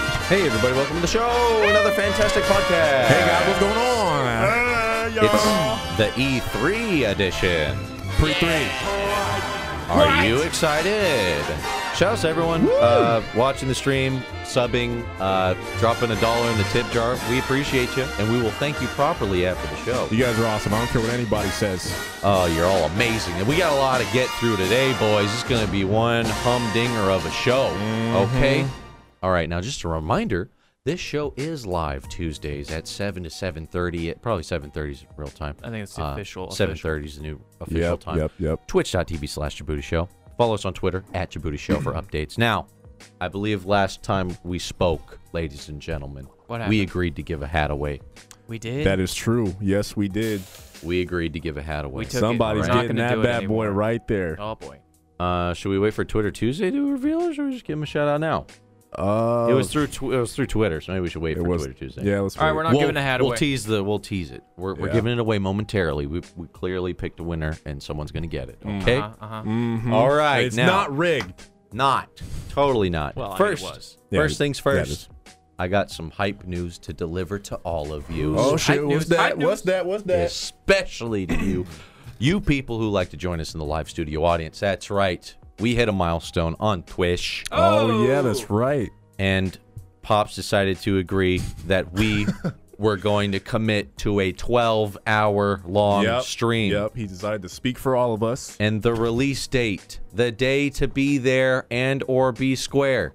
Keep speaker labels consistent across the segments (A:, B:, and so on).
A: Hey, everybody, welcome to the show. Another fantastic podcast.
B: Hey guys, what's going on?
A: It's the E3 edition.
B: Pre three.
A: Are you excited? Shouts to everyone uh, watching the stream, subbing, uh, dropping a dollar in the tip jar. We appreciate you, and we will thank you properly after the show.
B: You guys are awesome. I don't care what anybody says.
A: Oh, you're all amazing. And we got a lot to get through today, boys. It's going to be one humdinger of a show.
C: Mm-hmm.
A: Okay? All right, now just a reminder, this show is live Tuesdays at 7 to 7:30, at probably 7:30 is real time.
C: I think it's the official-
A: 7:30 is the new official
B: Yep,
A: time.
B: yep, yep.
A: Twitch.tv slash Djibouti Show. Follow us on Twitter at Djibouti Show for updates. Now, I believe last time we spoke, ladies and gentlemen, we
C: What happened?
A: agreed to give a hat away.
C: We did.
B: That is true. Yes, we did.
A: We agreed to give a hat away.
C: We took-
B: Somebody's
C: We're not
B: getting
C: gonna
B: that
C: do it
B: bad boy
C: anymore.
B: right there.
C: oh boy.
A: Uh, should we wait for Twitter Tuesday to reveal, or should we just give him a shout out now?
B: Uh,
A: it was through tw- it was through Twitter, so maybe we should wait
B: it
A: for
B: was-
A: Twitter Tuesday.
B: Yeah, it was.
C: All right,
B: free.
C: we're not
A: we'll,
C: giving a hat
A: we'll
C: away.
A: tease the we'll tease it. We're, we're
B: Yeah.
A: giving it away momentarily. We, we clearly picked a winner, and someone's gonna get it. Okay,
C: Uh-huh, uh-huh.
B: Mhm.
A: All right,
B: It's
A: now.
B: not rigged.
A: not totally not.
C: Well, I mean, it
A: first,
C: was.
B: Yeah,
A: first
B: it-
A: things
B: yeah, it
A: first.
B: is.
A: I got some hype news to deliver to all of you,
B: Oh
C: shit,
B: shit!
C: what's
B: What's
C: news, that?
B: that?
C: hot What's
B: What's
C: news.
B: that? What's that?
A: especially to you, you people who like to join us in the live studio audience. That's right. We hit a milestone on Twitch.
B: Oh yeah, that's right.
A: and Pops decided to agree that we were going to commit to a 12 hour long
B: yep.
A: stream.
B: Yep. He decided to speak for all of us.
A: And the release date, the day to be there and or be square,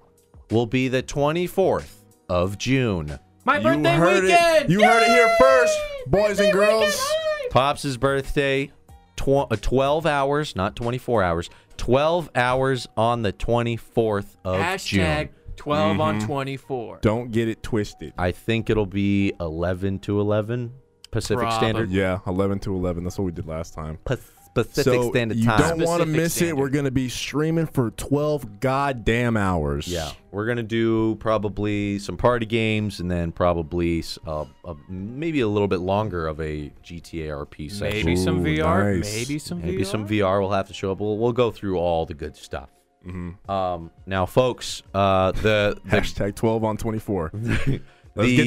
A: will be the 24th of June.
C: My birthday
B: you heard
C: weekend.
B: it. You heard it here first, boys and girls.
A: Pops' birthday, tw- uh, 12 hours, not 24 hours, 12 hours on the 24th of
C: Hashtag
A: June.
C: 12 on 24.
B: Mm-hmm. Don't get it twisted.
A: I think it'll be 11 to 11 Pacific Standard.
B: Yeah, eleven to eleven. That's what we did last time.
A: Pacific Standard
B: you
A: Time.
B: don't want to
C: Pacific
B: miss
C: Standard.
B: it. We're going to be streaming for 12 goddamn hours.
A: Yeah, we're gonna do probably some party games, and then probably s- uh, a, maybe a little bit longer of a GTA RP session.
C: Maybe some
B: Ooh,
C: VR.
B: nice.
C: Maybe some VR.
A: Maybe some VR. We'll have to show up. We'll, we'll go through all the good stuff.
C: Mm-hmm.
A: Um, now, folks, uh, the, the
B: Hashtag 12 on 24. Let's
A: The-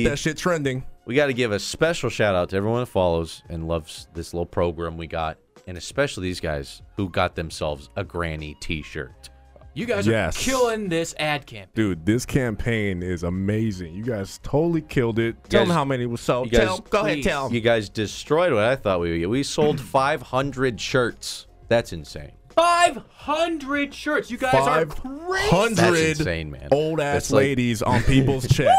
B: get that shit trending.
A: we got to give a special shout out to everyone that follows and loves this little program we got, and especially these guys who got themselves a granny T-shirt.
C: You guys
B: Yes.
C: are killing this ad camp.
B: Dude, this campaign is amazing. You guys totally killed it. Tell
A: guys-
B: them how many was sold.
A: you guys-
B: tell, go ahead,
C: please.
B: tell them.
A: You guys destroyed what I thought we would get. We sold 500 shirts. That's insane.
C: 500 shirts. You guys are crazy.
B: 500
A: That's insane, man.
B: old ass
A: That's like-
B: ladies on people's chests.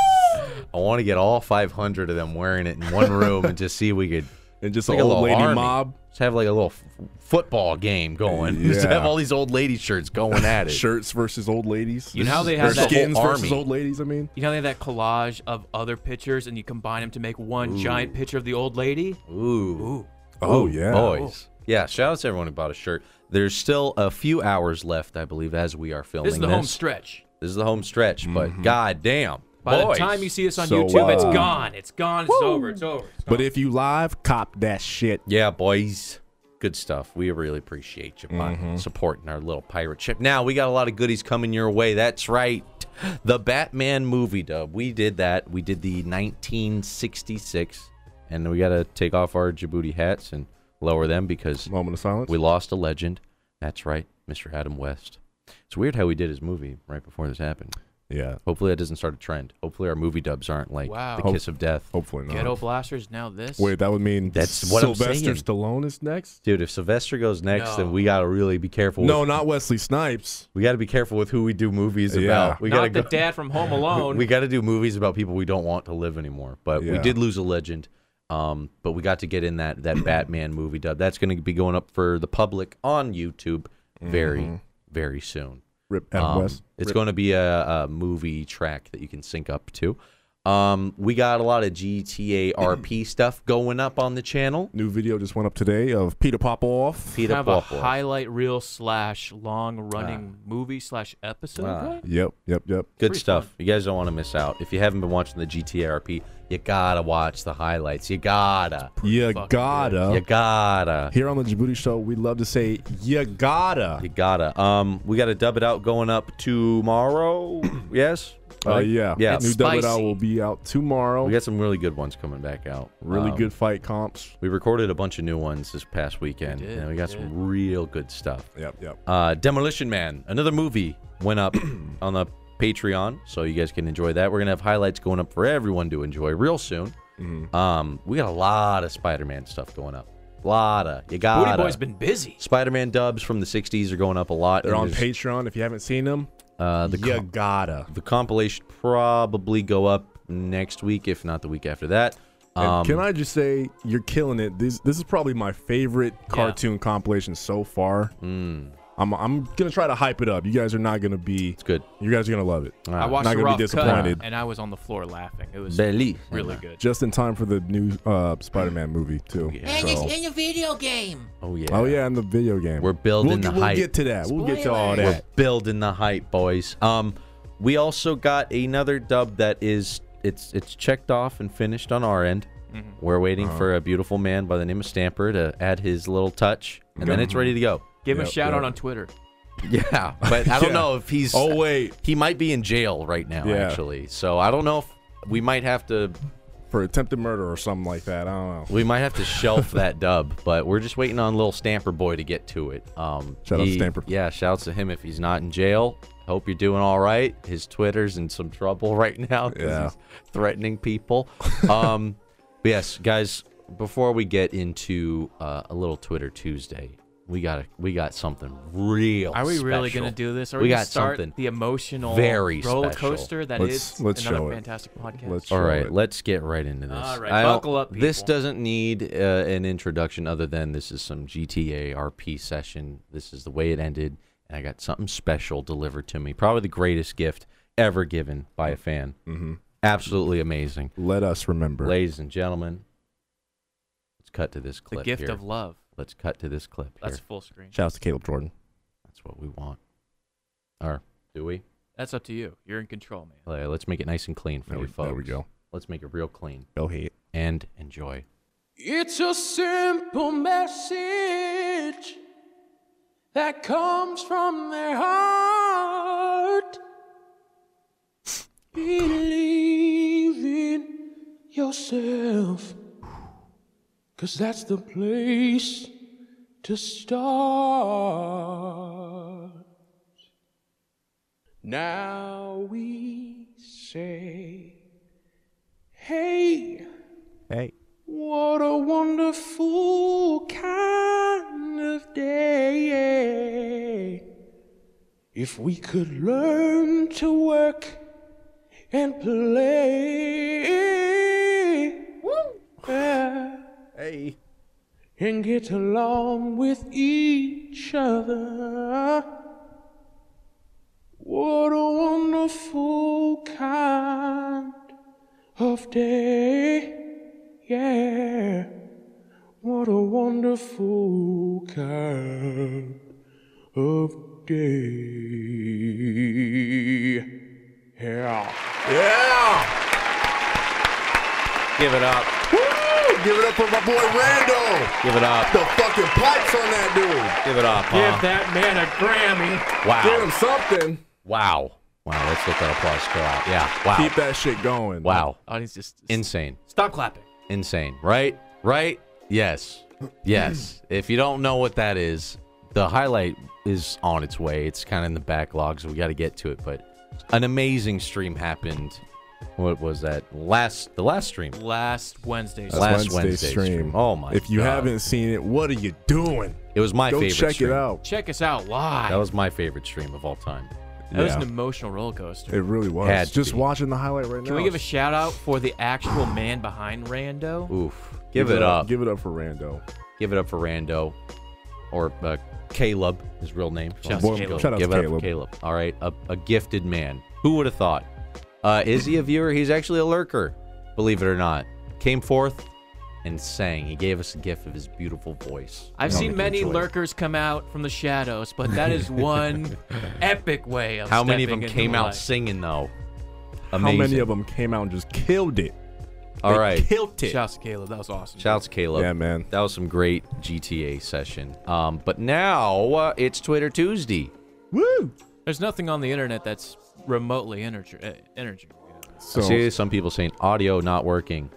A: I want to get all 500 of them wearing it in one room and just see if we could.
B: And just
A: like
B: an
A: a little
B: old lady
A: army.
B: mob.
A: Just have like a little f- football game going. Just
B: Yeah.
A: have all these old lady shirts going at it.
B: Shirts versus old ladies.
C: You know how they
B: Or
C: have that-
B: skins
A: Whole
B: versus
A: army.
B: old ladies, I mean.
C: You know they have that collage of other pictures and you combine them to make one giant picture of the old lady?
A: Ooh.
C: Ooh.
B: Oh, yeah.
A: Boys. Yeah, shout out to everyone who bought a shirt. There's still a few hours left, I believe, as we are filming
C: This
A: this.
C: is the home stretch.
A: This is the home stretch, but goddamn.
C: By
A: boys.
C: the time you see this on
B: So,
C: YouTube, it's
B: uh,
C: gone. It's gone. It's over. It's over. It's
B: But
C: gone.
B: if you live, cop that shit.
A: Yeah, boys. Good stuff. We really appreciate you by
C: Mm-hmm.
A: supporting our little pirate ship. Now, we got a lot of goodies coming your way. That's right. The Batman movie dub. We did that. We did the 1966. And we got to take off our Djibouti hats and lower them because
B: Moment of silence.
A: we lost a legend. That's right, Mr. Adam West. It's weird how we did his movie right before this happened.
B: yeah.
A: Hopefully, that doesn't start a trend. Hopefully, our movie dubs aren't like
C: Wow.
A: the kiss of death.
B: Hopefully not.
C: Ghetto Blasters, now this.
B: Wait, that would mean
A: That's
B: that's
A: what I'm
B: Sylvester
A: saying.
B: Stallone is next.
A: Dude, if Sylvester goes next,
C: No.
A: then we got to really be careful. with
B: No, not Wesley Snipes.
A: We got to be careful with who we do movies
B: Yeah.
A: about. We got
C: Not the
A: to
C: dad from Home
A: go.
C: Alone.
A: We got to do movies about people we don't want to live anymore. But we
B: Yeah.
A: did lose a legend. Um, but we got to get in that that Batman movie dub. That's going to be going up for the public on YouTube very
B: Mm-hmm.
A: very soon.
B: Rip Adam
A: Um,
B: West.
A: it's going to be a, a movie track that you can sync up to. Um, we got a lot of GTA RP stuff going up on the channel.
B: New video just went up today of Peter Popoff.
A: Peter
C: kind of a
A: Popoff.
C: highlight reel slash long running movie slash episode.
A: Ah.
C: right?
B: Yep, yep, yep.
A: Good
C: Pretty
A: stuff. You guys don't want to miss out. If you haven't been watching the GTRP, you gotta watch the highlights. You gotta.
B: You
C: fucking
B: gotta.
A: You gotta.
B: Here on the Djibouti Show, we love to say you gotta.
A: You gotta. Um, we gotta dub it out going up tomorrow. yes.
B: Uh, yeah.
A: Yeah.
C: It's
B: New Double It Out
C: spicy.
B: will be out tomorrow.
A: We got some really good ones coming back out.
B: really
A: Um,
B: good fight comps.
A: We recorded a bunch of new ones this past weekend,
C: did,
A: and we
C: we
A: got
C: did.
A: some real good stuff.
B: Yep, yep.
A: Uh, Demolition Man, another movie, went up on the Patreon, so you guys can enjoy that. We're gonna have highlights going up for everyone to enjoy real soon.
C: Mm-hmm.
A: Um, we got a lot of Spider-Man stuff going up. A lot of you
C: Booty
A: got.
C: Boy's been busy.
A: Spider-Man dubs from the '60s are going up a lot.
B: They're
A: and
B: on
A: there's,
B: Patreon if you haven't seen them.
A: Uh, the
B: you
A: com-
B: gotta.
A: the compilation probably go up next week, if not the week after that.
B: And
A: Um,
B: can I just say you're killing it? This this is probably my favorite cartoon compilation so far.
A: Hmm.
B: I'm I'm gonna try to hype it up. You guys are not gonna be.
A: it's good.
B: You guys are gonna love it.
A: Ah.
C: I watched
B: not
C: the
B: gonna
C: rough
B: be
C: cut,
B: disappointed.
C: and I was on the floor laughing. It was
A: Belly.
C: really good.
B: Just in time for the new uh, Spider-Man movie too.
A: Oh, Yeah.
D: And
B: So-
D: it's in a video game.
A: Oh yeah.
B: Oh yeah, and the video game.
A: We're building the
B: we'll, we'll
A: hype.
B: get to that. We'll get to all
D: Spoilers.
A: We're
B: that.
A: building the hype, boys. Um, we also got another dub that is it's it's checked off and finished on our end. We're waiting
B: Uh-huh.
A: for a beautiful man by the name of Stamper to add his little touch, and then it's ready to go.
C: Give him a
B: Yep,
C: shout
B: yep.
C: out on Twitter.
A: Yeah, but I don't
B: Yeah.
A: know if he's.
B: Oh wait,
A: he might be in jail right now,
B: Yeah.
A: actually. So I don't know if we might have to
B: for attempted murder or something like that. I don't know.
A: we might have to shelf that dub, but we're just waiting on little Stamper Boy to get to it. Um,
B: Shout out Stamper.
A: Yeah, shouts to him if he's not in jail. Hope you're doing all right. His Twitter's in some trouble right now 'cause
B: Yeah.
A: he's threatening people. Um, but yes, guys. Before we get into uh, a little Twitter Tuesday, we got we got something real.
C: Are we really
A: special.
C: gonna do this? Are
A: we
C: gonna
A: got
C: start
A: something.
C: the emotional
A: very
C: roller
A: special.
C: coaster that
B: Let's-
C: is
B: let's show
C: another
B: it.
C: fantastic podcast.
B: Let's
A: All
B: show
A: right,
B: it.
A: let's get right into this.
C: All right,
A: I don't-
C: buckle up,
A: This
C: people.
A: doesn't need uh, an introduction other than this is some GTA RP session. This is the way it ended, and I got something special delivered to me. Probably the greatest gift ever given by a fan. Mm-hmm. Absolutely amazing,
B: Let us remember.
A: ladies and gentlemen. Let's cut to this
C: the
A: clip.
C: gift
A: here.
C: of love.
A: Let's cut to this clip.
C: That's
A: here.
C: full screen.
B: Shouts to Caleb Jordan.
A: That's what we want. Or do we?
C: That's up to you. You're in control, man.
A: Uh, Let's make it nice and clean for
B: There
A: you
B: we,
A: folks.
B: there we go.
A: Let's make it real clean
B: Go ahead.
A: and enjoy.
E: It's a simple message that comes from their heart. Believe in yourself, because that's the place to start. Now we say, hey.
B: Hey.
E: What a wonderful kind of day. If we could learn to work and play. Yeah,
B: Hey.
E: and get along with each other. What a wonderful kind of day. Yeah. What a wonderful kind of day. Yeah.
B: Yeah.
A: Give it up.
B: Woo! Give it up for my boy Rando.
A: Give it up.
B: The fucking pipes on that dude.
A: Give it up. huh?
E: that man a Grammy.
B: Give
A: Wow.
B: him something.
A: Wow. Wow. Let's let that applause go out. Yeah. Wow.
B: Keep that shit going.
A: Wow.
C: Audience, Oh, just
A: Insane.
C: stop clapping.
A: Insane. Right? Right? Yes. Yes. if you don't know what that is, the highlight is on its way. It's kind of in the backlog, so we got to get to it. But an amazing stream happened. What was that? Last the last stream.
C: Last Wednesday.
B: That's
A: Last
B: Wednesday's
A: Wednesday's stream. Oh my
B: If you
A: God.
B: haven't seen it, what are you doing?
A: It was my
B: Go
A: favorite.
B: check
A: stream.
B: it out.
C: Check us out live.
A: That was my favorite stream of all time.
C: That was
B: Yeah.
C: an emotional roller coaster.
B: It really was.
A: Had to
B: Just
A: be.
B: watching the highlight right now.
C: Can we give a shout out for the actual man behind Rando?
A: Oof. Give, it up.
B: Give it up for Rando.
A: Give it up for Rando, or uh, Caleb, his real name.
C: Shout out
B: Boy,
C: to Caleb.
B: Shout out
A: Give
B: to
A: it up for
B: Caleb.
A: Caleb. All right, a, a gifted man. Who would have thought? Uh, is he a viewer? He's actually a lurker, believe it or not. Came forth and sang. He gave us a gift of his beautiful voice.
C: I've
A: Don't
C: seen many
A: enjoy it.
C: lurkers come out from the shadows, but that is one epic way of
A: How many of them
C: stepping into
A: came
C: the
A: out
C: light.
A: singing though?
B: How
A: Amazing.
B: many of them came out and just killed it?
A: All right.
B: Killed it.
C: Shouts to Caleb. That was awesome.
A: Shouts, Caleb.
B: Yeah, man.
A: That was some great GTA session. Um, but now uh, it's Twitter Tuesday.
B: Woo!
C: There's nothing on the internet that's remotely energy. Uh, energy.
B: So
A: See some people saying audio not working.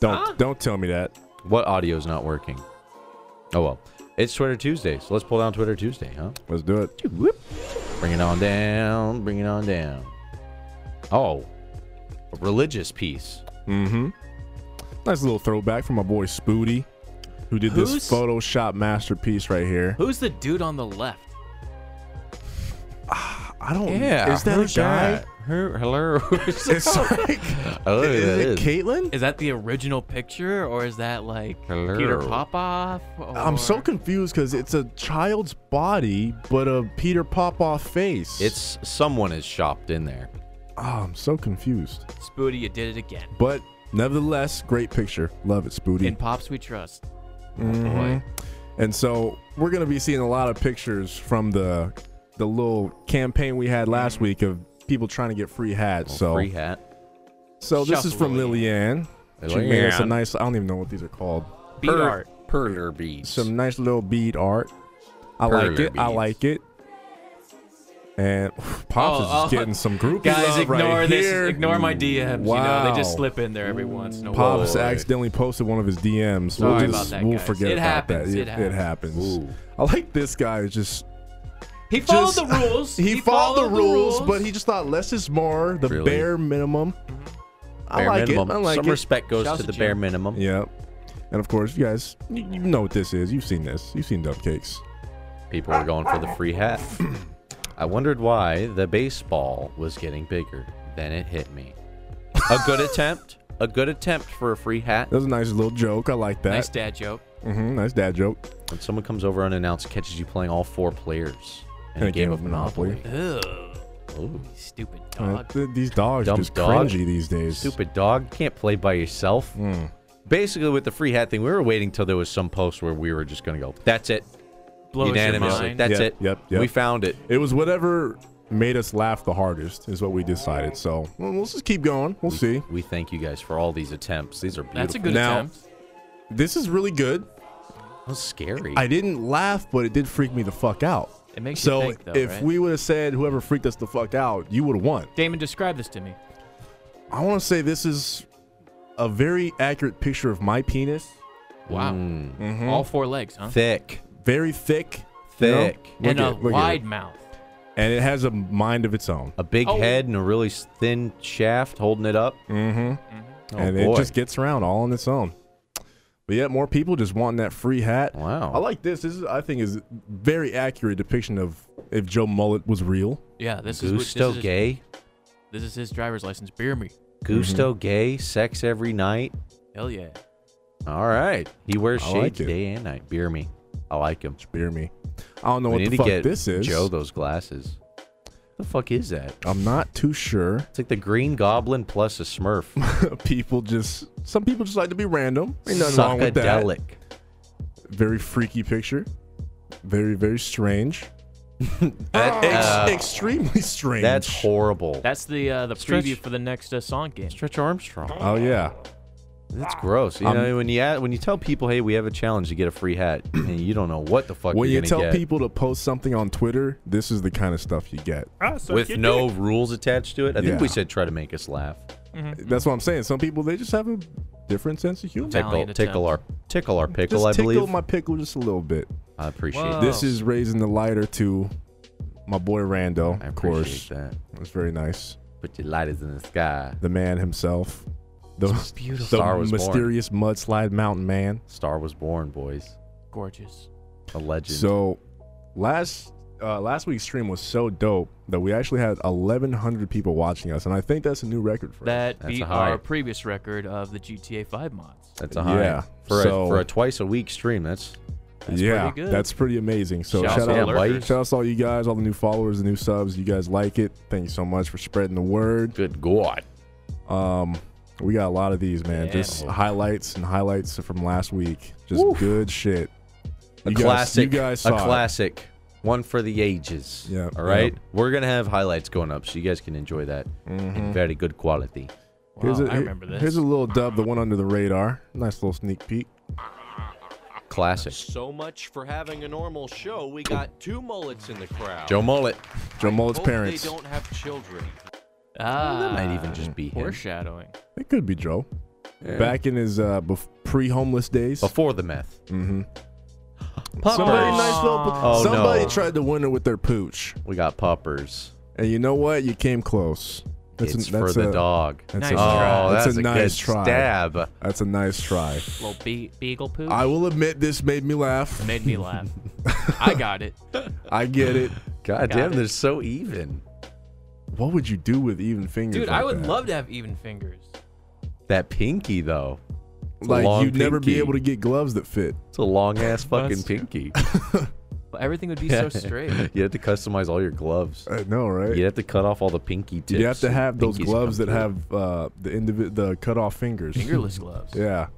B: don't don't tell me that.
A: What audio is not working? Oh well, it's Twitter Tuesday, so let's pull down Twitter Tuesday, huh?
B: Let's do it.
A: Bring it on down, bring it on down. Oh, a religious piece.
B: Nice little throwback from my boy Spoody, who did
C: Who's-
B: this Photoshop masterpiece right here.
C: Who's the dude on the left?
B: I don't.
A: Yeah,
B: is that a
A: who's
B: guy?
A: that? Her- hello.
B: It's like,
A: Oh,
B: is
A: that
B: it
A: Oh, is.
B: Caitlyn?
C: Is that the original picture, or is that like
A: Hello.
C: Peter Popoff? Or...
B: I'm so confused because it's a child's body, but a Peter Popoff face.
A: It's someone is shopped in there.
B: oh, I'm so confused.
C: Spooty, you did it again.
B: But nevertheless, great picture. Love it, Spoody.
C: In Pops We Trust.
B: Mhm. And so we're gonna be seeing a lot of pictures from the the little campaign we had last week of people trying to get free hats. so
A: Oh, Free hat.
B: so this is from
C: Shuffle.
B: Lillian. She made us a
A: Lillian.
B: nice. I don't even know what these are called.
C: Beat
A: Per-
C: art.
A: Perler beads.
B: Some nice little bead art. I like
A: Perler
B: it. I
A: beads.
B: like it. And Pops is
C: Oh,
B: just
C: oh.
B: getting some groupie
C: Guys,
B: love
C: ignore
B: right
C: this.
B: here.
C: Ignore my DMs. You know, they just
B: Wow.
C: slip in there every once in a while.
B: Pops
A: Boy.
B: accidentally posted one of his DMs.
C: Sorry
B: we'll
C: about
B: just,
C: that,
B: we'll
C: guys.
B: forget
C: It
B: about
C: happens,
B: that.
C: it happens.
B: happens.
A: Ooh.
B: I like this guy. It's Just
C: He followed
B: just-
C: the rules.
B: he, followed, the, rules, but he just thought less is more, the
A: Really?
B: bare minimum. I
A: bare
B: like
A: minimum.
B: it. I like
A: Some
B: it.
A: respect goes
C: Shouts
A: to the
C: to
A: bare
C: Jim.
A: minimum.
B: yeah. And of course, you guys, you you know what this is. You've seen this. You've seen dump cakes.
A: People were going for the free hat. I wondered why the baseball was getting bigger. Then it hit me. A good attempt. A good attempt for a free hat.
B: That was a nice little joke. I like that.
C: nice dad joke.
B: hmm nice dad joke.
A: When someone comes over unannounced, catches you playing all four players in
B: In a game of Monopoly.
C: Ew,
B: Oh.
A: Ooh.
C: stupid
B: Uh,
C: dog.
B: th- these dogs are
A: Dumb
B: just
A: dog.
B: cringy these days.
A: Stupid dog. Can't play by yourself.
B: Hmm.
A: Basically, with the free hat thing, we were waiting till there was some post where we were just going to go, that's it.
C: Blows your
A: unanimously.
C: mind.
A: That's
B: Yep,
A: it.
B: yep, yep.
A: We found it.
B: It was whatever made us laugh the hardest is what we decided. So well, let's just keep going. We'll see.
A: We thank you guys for all these attempts. These are beautiful.
C: That's a good
B: Now-
C: attempt.
B: This is really good.
A: That was scary.
B: I didn't laugh, but it did freak me the fuck out.
C: It makes you
B: so
C: think, though,
B: if
C: right?
B: we would have said whoever freaked us the fuck out, you would have won.
C: Damon, describe this to me.
B: I want to say this is a very accurate picture of my penis.
C: Wow.
B: Mm-hmm.
C: All four legs, huh?
A: Thick.
B: Very thick, you know?
A: Thick.
B: Look
C: and
B: at
C: a
B: it, look at
C: wide
B: it.
C: mouth.
B: and it has a mind of its own,
A: A big
C: Oh.
A: head and a really s- thin shaft holding it up.
B: Mm-hmm.
A: Oh,
B: Mm. and
A: boy.
B: it just gets around all on its own. But yet, more people just wanting that free hat.
A: Wow.
B: I like this. This is, I think, is very accurate depiction of if Joe Mullet was real.
C: Yeah, this is what-
A: Gusto
C: this is,
A: gay.
C: This is his driver's license. Beer me.
A: Gusto
B: Mm-hmm.
A: gay. Sex every night.
C: Hell yeah.
A: All right. He wears
B: I
A: shades
B: like it.
A: day and night. Beer me. I like him.
B: Bear me. I don't know
A: We
B: what
A: need to
B: the fuck
A: get
B: this is.
A: Joe those glasses. The fuck is that?
B: I'm not too sure.
A: It's like the Green Goblin plus a Smurf.
B: people just some people just like to be random. Ain't nothing wrong with that.
A: Psychedelic.
B: Very freaky picture. Very very strange. Ex- extremely strange.
A: Uh, That's horrible.
C: That's the uh, the
A: Stretch-
C: preview for the next uh, Sonic game.
A: Stretch Armstrong.
B: Oh yeah.
A: That's gross. You
B: Um,
A: know when you a- when you tell people, hey, we have a challenge to get a free hat, and you don't know what the fuck
B: When
A: you're
B: you
A: gonna
B: tell
A: get
B: people to post something on Twitter, this is the kind of stuff you get.
A: with no rules attached to it. I think we
B: Yeah.
A: said try to make us laugh.
B: That's what I'm saying. Some people they just have a different sense of humor.
A: Tickle,
C: Valiant
A: tickle our tickle our pickle.
B: just
A: I
B: tickle
A: believe. Oh.
B: my pickle just a little bit.
A: I appreciate
C: Whoa.
A: that.
B: This is raising the lighter to my boy Rando,
A: I
B: of
A: appreciate
B: course.
A: that.
B: It's very nice.
A: Put your lighters in the sky.
B: the man himself, the,
C: beautiful.
B: the
A: Star was born.
B: mysterious mudslide mountain man.
A: Star was born, boys.
C: Gorgeous.
A: A legend.
B: So last uh, last week's stream was so dope that we actually had 1,100 people watching us, and I think that's a new record for us.
C: That
A: That's
C: beat
A: a high.
C: our previous record of the GTA 5 mods.
A: that's a high.
B: yeah,
A: For a,
B: so-
A: for a twice a week stream, that's
C: That's
B: yeah,
C: pretty good.
B: that's pretty amazing. So
C: Shout
B: shout,
C: out to
B: out,
A: the lurkers.
B: shout out to all you guys, all the new followers, the new subs. You guys like it? Thank you so much for spreading the word.
A: good god.
B: Um, we got a lot of these, man.
C: Yeah.
B: Just highlights and highlights from last week. Just good shit.
A: A
B: You guys-
A: classic.
B: you guys
A: a
B: saw it.
A: classic. One for the ages.
B: Yep,
A: All right.
B: yep.
A: We're gonna have highlights going up, so you guys can enjoy that
B: Mm-hmm.
A: in very good quality.
C: Wow,
A: Oh,
B: Here's a,
C: I remember this.
B: Here's a little dub that went under the radar. Nice little sneak peek.
A: classic.
D: So much for having a normal show. We got two mullets in the crowd.
A: Joe Mullet.
B: Joe Mullet's
D: Hope
B: parents.
D: They don't have children.
C: Ah,
A: That might even just be him.
C: foreshadowing.
B: It could be Joe. Back in his uh, bef- pre-homeless days.
A: Before the meth.
B: Mm-hmm.
A: Poppers.
B: Somebody nice little.
A: Oh,
B: somebody
A: no.
B: tried to win it with their pooch,
A: We got poppers.
B: and you know what? You came close. an-
A: it's for the
B: a,
A: dog.
B: That's
C: Nice
B: a,
C: try.
A: Oh,
B: That's,
A: that's,
B: a, nice
A: good
B: try.
A: stab.
B: That's a nice try.
C: Little be- beagle poop.
B: I will admit this made me laugh.
C: Made me laugh. I got it.
B: I get it.
A: God
C: Got
A: damn,
C: it.
A: they're so even.
B: What would you do with even fingers?
C: Dude,
B: like
C: I would
B: that?
C: love to have even fingers.
A: That pinky though. It's a
B: Like
A: long
B: you'd never be
A: pinky.
B: able to get gloves that fit.
A: It's a long ass fucking
C: That's true.
A: pinky.
C: But everything would be so straight.
A: you have to customize all your gloves.
B: I know, right?
A: You have to cut off all the pinky tips.
B: You have to
A: so
B: have those
A: pinkies
B: gloves
A: come
B: that have uh, the indivi- the cut off fingers.
C: Fingerless gloves.
B: Yeah.
A: through.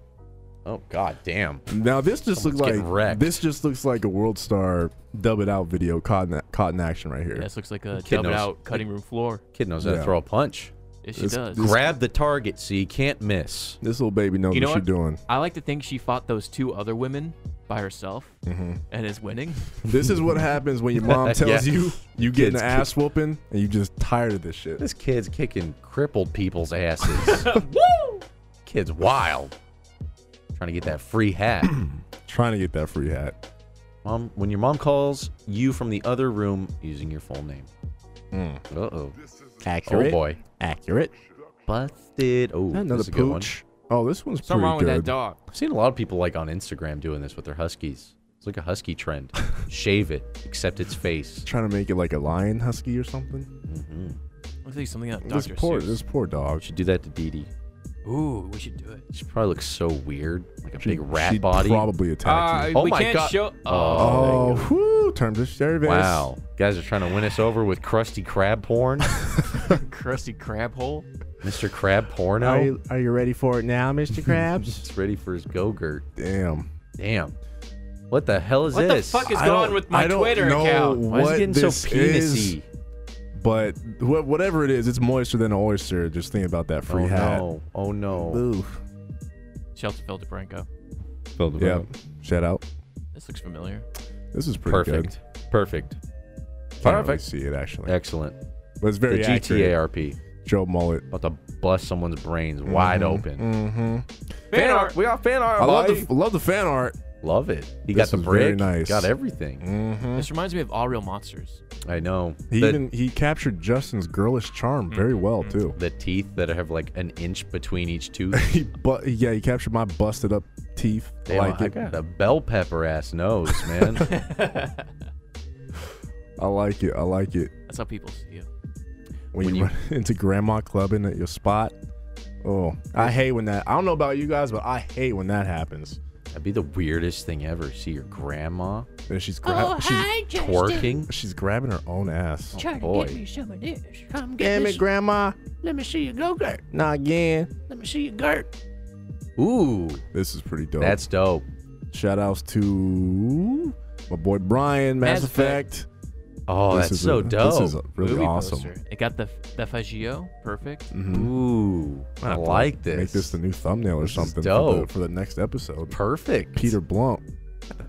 A: Oh god damn.
B: Now this just
A: Someone's
B: looks
A: getting
B: like
A: wrecked.
B: this just looks like a world star dub it out video caught in, caught in action right here.
C: This looks like a
A: Kid
C: dubbed
A: knows.
C: out cutting room floor.
A: Kid knows how
B: Yeah.
A: to throw a punch.
C: Yes, she
B: This-
C: does.
B: this-
A: Grab the target so you can't miss.
B: This little baby knows
C: You know
B: what she's
C: what?
B: doing.
C: I like to think she fought those two other women by herself
A: Mm-hmm.
C: and is winning.
B: This is what happens when your mom tells
A: Yeah.
B: you you get
A: Kids
B: an ass whooping and you just tired of this shit.
A: This kid's kicking crippled people's asses. Woo! Kid's wild. Trying to get that free hat.
B: Trying to get that free hat.
A: Mom, when your mom calls you from the other room using your full name. Uh oh. Oh
B: Accurate.
A: boy.
B: Accurate.
A: Busted. Oh,
B: Another
A: this is a good one.
B: pooch. Oh, this one's
C: Something
B: pretty
C: wrong
B: good.
C: with that dog.
A: I've seen a lot of people like on Instagram doing this with their huskies. It's like a husky trend. Shave it, except its face.
B: Trying to make it like a lion husky or something.
C: I'll tell you something about
B: This
C: Dr.
B: poor,
C: Seuss.
B: this poor dog.
A: We should do that to Dee Dee.
C: Ooh, we should do it.
A: She probably looks so weird, like a big
B: She'd-
A: rat
B: she'd
A: body.
B: Probably attack you.
A: Oh
C: we
A: my
C: can't
A: God.
C: show.
A: Oh.
C: Uh, Oh,
B: Oh, whoo! Terms of service.
A: Wow, guys are trying to win us over with crusty crab porn,
C: crusty crab hole.
A: Mr. Crab Porno.
B: Are you, are you ready for it now, Mr. Krabs?
A: It's ready for his go-gurt.
B: Damn.
A: Damn, what the hell is
C: What the
A: this?
C: fuck is
B: I
C: going on
B: don't-
C: with
B: I
C: my
B: don't
C: Twitter
B: know.
C: account?
A: Why is
B: what
A: it getting
B: this
A: so
B: is-
A: penisy?
B: But wh- whatever it is, it's moister than an oyster. Just think about that free
A: oh
B: hat.
A: no! Oh no!
B: Ooh.
C: Shelter Phil DeBranco.
B: Yeah. Shout out.
C: This looks familiar.
B: This is pretty good.
A: Perfect. Perfect.
B: Can't really
A: Perfect.
B: see it actually,
A: Excellent.
B: but it's very
A: the
B: accurate.
A: GTARP.
B: Joe Mullet.
A: About to bust someone's brains wide open.
B: Mm-hmm.
A: Fan art. We got fan art.
B: I love
A: boy.
B: the love the fan art.
A: Love it. He
B: This
A: got the
B: is very
A: brick.
B: nice.
A: Got everything.
B: Mm-hmm.
C: This reminds me of All Real Monsters.
A: I know.
B: He
A: the, Mm-hmm.
B: even he captured Justin's girlish charm very well too.
A: the teeth that have like an inch between each tooth.
B: He but yeah, he captured my busted up teeth. I
A: Mm-hmm. Damn,
B: like
A: I
B: it.
A: got a bell pepper ass nose, man.
B: I like it. I like it.
C: That's how people see you.
B: When,
A: When
B: you,
A: you-
B: run into grandma clubbing at your spot. Oh, I hate when that. I don't know about you guys, but I hate when that happens.
A: That'd be the weirdest thing ever. See your grandma
B: And she's grab, she's
A: twerking.
B: she's grabbing her own ass.
F: Trying
A: Oh, Boy.
F: Oh, to get me some of this. Come get
B: Damn
F: this.
B: it, grandma!
F: Let me see you go, Gert.
B: Not again.
F: Let me see you, Gert.
A: Ooh,
B: This is pretty dope.
A: that's dope.
B: Shout outs to my boy Brian, Mass,
C: Mass
B: Effect.
C: Effect.
A: Oh,
B: This
A: that's
B: is
A: so
B: a-
A: dope.
B: This is a really
C: Movie
B: awesome.
C: poster. It got the the Fagio. Perfect.
A: Mm-hmm. Ooh, I
B: Have to
A: like this.
B: hmm. Make this the new thumbnail or
A: is
B: something For,
A: dope.
B: the, for the next episode.
A: perfect.
B: Peter Blunt,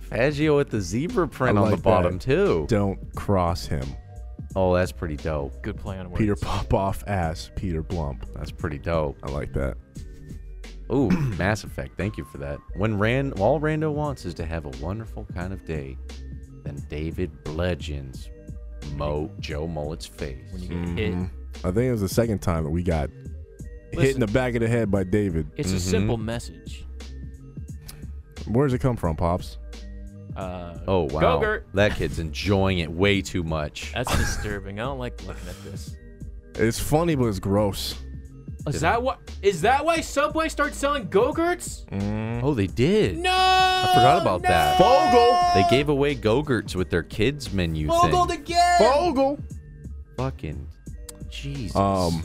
A: Faggio with the zebra print
B: I
A: on the
B: like
A: bottom
B: that.
A: too.
B: don't cross him.
A: Oh, that's pretty dope.
C: Good play on words.
B: Peter pop off ass. Peter Blump.
A: That's pretty dope.
B: I like that.
A: Ooh, Mass Effect. Thank you for that. When Rand, all Rando wants is to have a wonderful kind of day. Then David bludgeons Mo Joe Mullet's face.
C: When you get hit.
A: Mm-hmm.
B: I think it was the second time that we got hit in
C: Listen.
B: the back of the head by David.
C: It's a
A: Mm-hmm.
C: simple message.
B: Where does it come from, pops?
C: Uh,
A: Oh wow,
C: Go Gert.
A: that kid's enjoying it way too much.
C: That's disturbing. I don't like looking at this.
B: It's funny, but it's gross.
C: Is that what? Is that why Subway starts selling Go-Gurts?
A: Oh, they did.
C: No.
A: I forgot about that.
B: Fogel.
A: They gave away Go-Gurts with their kids menu
C: Fogled
A: thing.
C: again.
B: Fogel.
A: Fucking Jesus.
B: Um,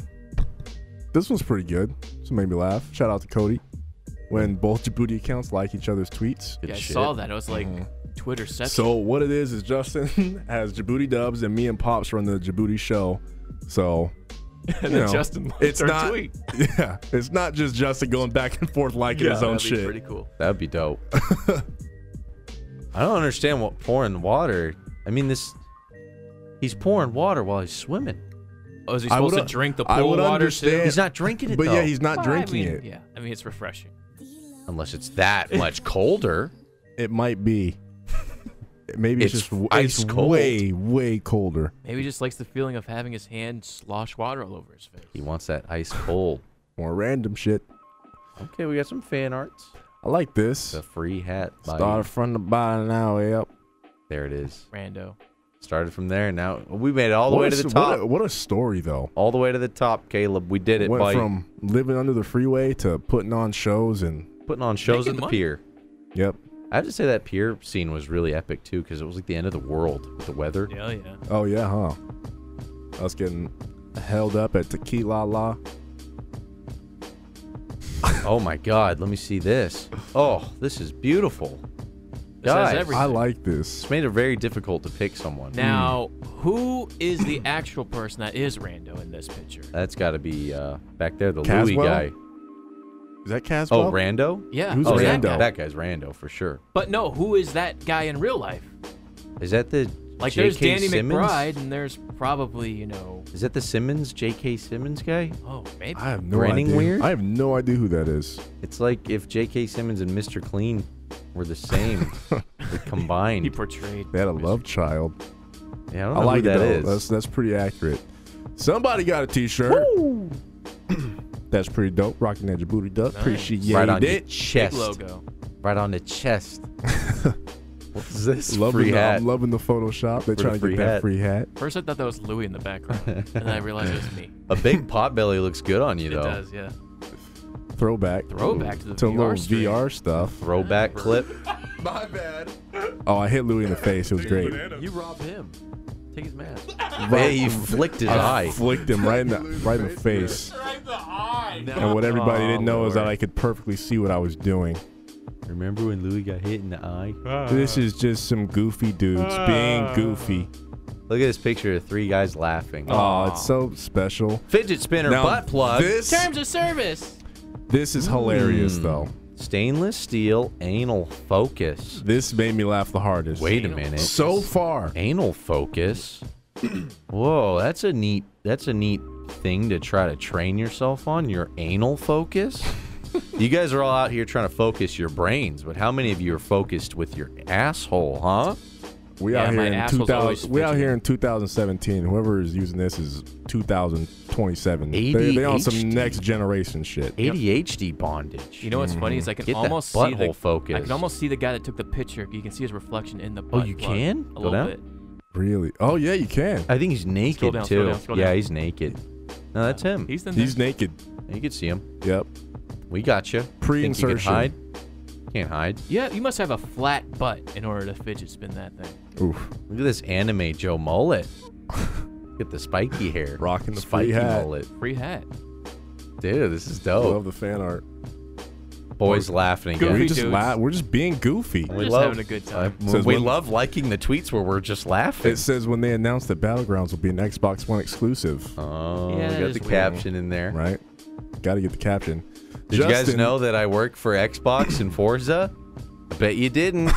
B: this one's pretty good. This one made me laugh. Shout out to Cody. When both Djibouti accounts like each other's tweets.
A: Good
C: Yeah, I
A: shit.
C: saw that. It was like Twitter set.
B: Mm-hmm. So what it is is Justin has Djibouti dubs and me and Pops run the Djibouti show. So
C: and
B: you
C: then
B: know,
C: Justin liked
B: it's
C: our
B: not
C: tweet.
B: yeah, it's not just Justin going back and forth liking his own
C: that'd be
B: shit.
C: pretty cool.
A: That'd be dope. I don't understand what pouring water. I mean, this. He's pouring water while he's swimming.
C: Oh, is he
B: I
C: supposed
B: would
C: to
B: un-
C: drink the
B: I
C: pool
B: would
C: water
B: understand-
C: too?
A: He's not drinking it
B: But
A: though.
B: yeah, he's not
C: Well,
B: drinking
C: I mean,
B: it.
C: Yeah, I mean it's refreshing.
A: unless it's that much colder.
B: It might be. Maybe it's,
A: It's
B: just w-
A: ice
B: it's
A: cold.
B: way way colder.
C: Maybe he just likes the feeling of having his hand slosh water all over his face.
A: He wants that ice cold.
B: More random shit.
A: okay, we got some fan arts.
B: I like this.
A: The free hat. By,
B: Started from the bottom now way up.
A: There it is.
C: Rando.
A: Started from there. Now we made it all the
B: What
A: way
B: a
A: to the
B: s- what
A: top.
B: a, what a story though.
A: all the way to the top, Caleb. We did it
B: Went
A: by
B: from living under the freeway to putting on shows and
A: putting on shows at
C: Making
A: the
C: money.
A: pier.
B: yep.
A: I have to say that pier scene was really epic too, because it was like the end of the world with the weather.
C: Yeah, yeah.
B: Oh yeah, huh? Us getting held up at Tequila La.
A: Oh my God! Let me see this. Oh, this is beautiful.
C: This has
A: Guys,
C: everything.
B: I like this.
A: It's made it very difficult to pick someone.
C: Now, who is the actual person that is Rando in this picture?
A: That's got to be uh, back there, the Louis
B: Caswell?
A: guy.
B: Is that Caswell?
A: Oh, Rando.
C: Yeah.
B: Who's
A: oh,
C: that
A: yeah,
B: Rando?
C: guy?
A: that guy's Rando for sure.
C: But no, who is that guy in real life?
A: Is that the
C: Like,
A: J.K.
C: there's Danny
A: Simmons?
C: McBride, and there's probably, you know,
A: Is that the Simmons J.K. Simmons guy?
C: oh, maybe.
B: I have no
A: Branding
B: idea.
A: Weird?
B: I have no idea who that is.
A: It's like if J.K. Simmons and Mr. Clean were the same, they combined.
C: He portrayed.
B: They had a love child.
A: yeah, I don't
B: I
A: know
B: like
A: who that
B: that. Though.
A: is.
B: That's that's pretty accurate. Somebody got a T-shirt. that's pretty dope. Rocking at your booty duck. Appreciate
A: right on your
B: it.
C: Big
A: chest.
C: logo.
A: Right on the chest. what is this?
B: Loving
A: Free
B: the,
A: hat.
B: I'm loving the Photoshop. They're
A: the
B: trying to
A: free
B: get that
A: hat.
B: free hat.
C: First, I thought that was Louis in the background, and then I realized it was me.
A: a big pot belly looks good on you
C: It
A: though.
C: does, yeah.
B: Throwback.
C: Throwback to the
B: To a little
C: VR stream.
B: VR stuff.
A: Throwback clip.
B: Oh, I hit Louis in the face. It was great.
C: You rob him. Take his mask.
A: Hey, you flicked his
B: I
A: eye.
B: flicked him right in the right in the face. And what everybody didn't know is that I could perfectly see what I was doing.
A: Remember when Louis got hit in the eye?
B: This is just some goofy dudes being goofy.
A: Look at this picture of three guys laughing.
B: Oh, it's so special.
A: Fidget spinner
B: Now,
A: butt plug.
B: This,
C: Terms of service.
B: this is hilarious,
C: Hmm.
B: though.
A: Stainless steel anal focus.
B: This made me laugh the hardest.
A: Wait a minute.
B: So far,
A: anal focus. Whoa, that's a neat that's a neat thing to try to train yourself on, your anal focus. you guys are all out here trying to focus your brains, but how many of you are focused with your asshole, huh?
B: we
C: Yeah,
B: out here
C: my
B: in
C: asshole's
B: 2000.
C: always
B: We out here in 2017. Whoever is using this is 2027. They, they on some
A: ADHD.
B: next generation shit.
A: ADHD bondage.
C: You know
B: Mm-hmm.
C: what's funny is I can
A: Get that
C: almost see the,
A: butthole focus.
C: I can almost see the guy that took the picture. You can see his reflection in the
A: Oh,
C: butt.
A: you
C: plug
A: can? Go
C: a little
A: down?
C: bit.
B: Really? Oh yeah, you can.
A: I think he's naked
C: Scroll down,
A: too.
C: scroll down, scroll
A: yeah,
C: down.
A: he's naked. No, that's him.
C: He's in there.
B: He's naked.
A: you can see him.
B: Yep.
A: We got you. Think you
B: Pre-insertion.
A: can hide? Can't hide.
C: yeah, you must have a flat butt in order to fidget spin that thing.
B: Oof.
A: Look at this anime Joe mullet. Get the spiky hair.
B: Rocking the
A: spiky
B: free hat.
A: mullet.
C: Free hat.
A: Dude, this is
B: I
A: dope.
B: love the fan art.
A: Boys laughing again.
C: Goofy
B: We just
C: dudes.
B: la- We're just being goofy.
C: We're
A: We
C: just
A: love-
C: having a good
A: Uh,
C: time.
B: Says
A: we
B: when-
A: love liking the tweets where we're just laughing.
B: It says when they announced that Battlegrounds will be an Xbox One exclusive,
A: Oh,
C: Yeah,
A: we
C: that
A: got
C: is
A: the
C: weird.
A: caption in there.
B: right? Got to get the caption.
A: Did you guys
B: Justin,
A: know that I work for Xbox and Forza? I bet you didn't.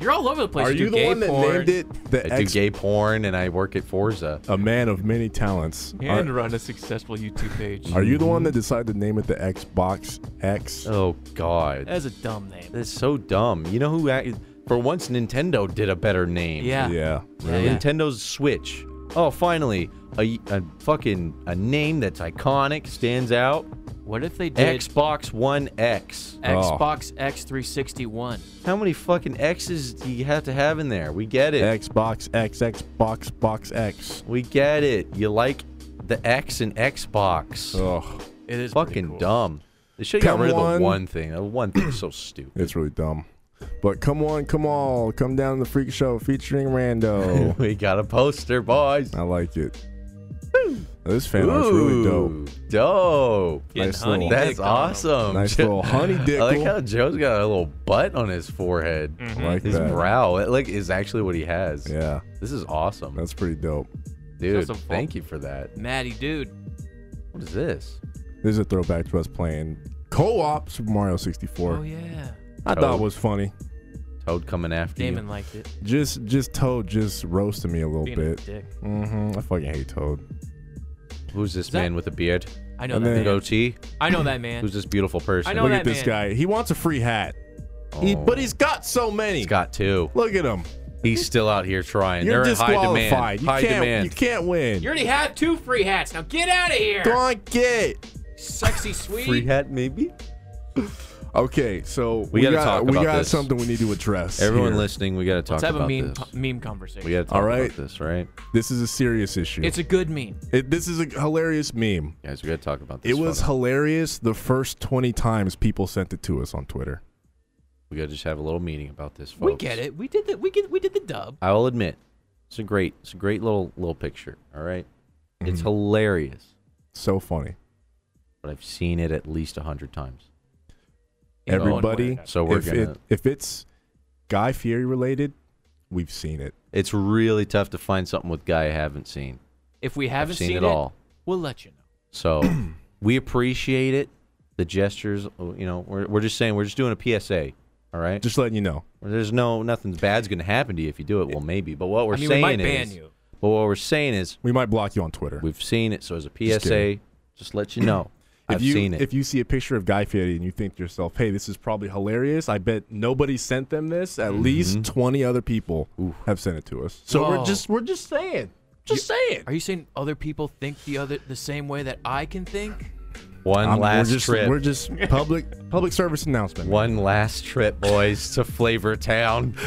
C: You're all over the place.
B: Are you
C: do
B: the
C: gay
B: one that
C: porn,
B: named it the
A: I do
B: X?
A: gay porn and I work at Forza.
B: A man of many talents.
C: And
B: Are,
C: run a successful YouTube page.
B: are you the one that decided to name it the Xbox X?
A: Oh God,
C: That's a dumb name.
A: that's so dumb. You know who? act- For once, Nintendo did a better name.
C: Yeah.
B: yeah.
C: Yeah, yeah.
A: Nintendo's Switch. Oh, finally, a, a fucking a name that's iconic stands out.
C: What if they did
A: Xbox One X.
C: Xbox X361?
A: How many fucking X's do you have to have in there? We get it.
B: Xbox X Xbox Box X.
A: We get it. You like the X and Xbox.
B: Ugh,
C: It is pretty
A: fucking
C: cool.
A: dumb. They should have got
B: Come
A: rid of
B: on.
A: the one thing. The one thing's so stupid.
B: it's really dumb. But come on, come on, come down to the freak show featuring Rando.
A: we got a poster, boys.
B: I like it. This fan art's really dope.
A: Ooh, dope.
C: Getting
B: Nice
C: honey
B: little-
A: That's
C: dick on 'em.
A: awesome.
B: Nice little honey
A: I like
B: dickle.
A: how Joe's got a little butt on his forehead.
C: Mm-hmm.
B: I like
A: His
B: that.
A: brow, it, like, is actually what he has.
B: Yeah,
A: This is awesome,
B: that's pretty dope.
A: dude.
C: That's a vault.
A: Thank you for that.
C: Matty, dude.
A: What is this?
B: This is a throwback to us playing co-op Super Mario 64.
C: Oh yeah.
B: I thought it was funny.
A: Toad coming after you.
C: Damon liked it.
B: Just just Toad just roasted me a little
C: Being a
B: bit.
C: dick.
B: hmm I fucking hate Toad.
A: Who's this
C: that-
A: man with a beard?
C: I know
B: And
C: that
B: then-
C: man.
A: Goatee?
C: I know that man.
A: Who's this beautiful person?
C: I know
B: Look
C: that
B: at this
C: man.
B: guy. He wants a free hat. He,
A: Oh.
B: but he's got so many.
A: He's got two.
B: Look at him.
A: He's still out here trying.
B: You're
A: They're in high
B: disqualified.
A: demand.
B: You
A: high
B: can't.
A: demand.
B: You can't win.
C: You already have two free hats. Now get out of here,
B: Go on, get.
C: sexy sweet.
A: hat, maybe.
B: Okay, so we,
A: gotta
B: got
A: talk
B: we
A: about
B: got
A: this.
B: something we need to address.
A: Everyone
B: here.
A: listening, we got to talk
C: Let's have
A: about
C: a meme
A: this.
C: meme conversation.
A: we got to talk
B: All right.
A: about this, right?
B: This is a serious issue.
C: It's a good meme.
B: It- this is a hilarious meme.
A: Guys, we got to talk about this.
B: It was
A: photo.
B: hilarious the first 20 times people sent it to us on Twitter.
A: We got to just have a little meeting about this. Folks.
C: We get it. We did the we get we did the dub.
A: I will admit, it's a great, it's a great little little picture. All right? it's
B: Mm-hmm.
A: hilarious,
B: So funny.
A: Oh, but I've seen it at least a hundred times.
C: In one
B: Everybody,
C: word.
A: So we're
B: if,
A: gonna-
B: it- if it's Guy Fieri related, we've seen it.
A: It's really tough to find something with guy I haven't seen.
C: If we haven't
A: seen
C: seen
A: it all.
C: we'll let you know.
A: So we appreciate it. The gestures, oh, you know, we're, we're just saying we're just doing a PSA. All right.
B: Just letting you know.
A: There's no nothing bad's gonna happen to you if you do it. Well, maybe. But what we're
C: I mean, we
A: saying
C: might
A: is,
C: ban you.
A: but what we're saying is,
B: We might block you on Twitter.
A: we've seen it. So as a
B: Just
A: PSA, just, let you know,
B: if
A: I've
B: you
A: seen it.
B: if you see a picture of Guy Fieri and you think to yourself, "Hey, this is probably hilarious. I bet nobody sent them this.
A: Mm-hmm.
B: At least 20 other people have sent it to us." So we're
C: Whoa.
B: just we're just saying. Just saying.
C: Are you saying other people think the other the same way that I can think?
A: One
B: I'm-
A: last
B: we're just,
A: trip.
B: We're just public public service announcement.
A: One last trip, boys, to Flavor Town.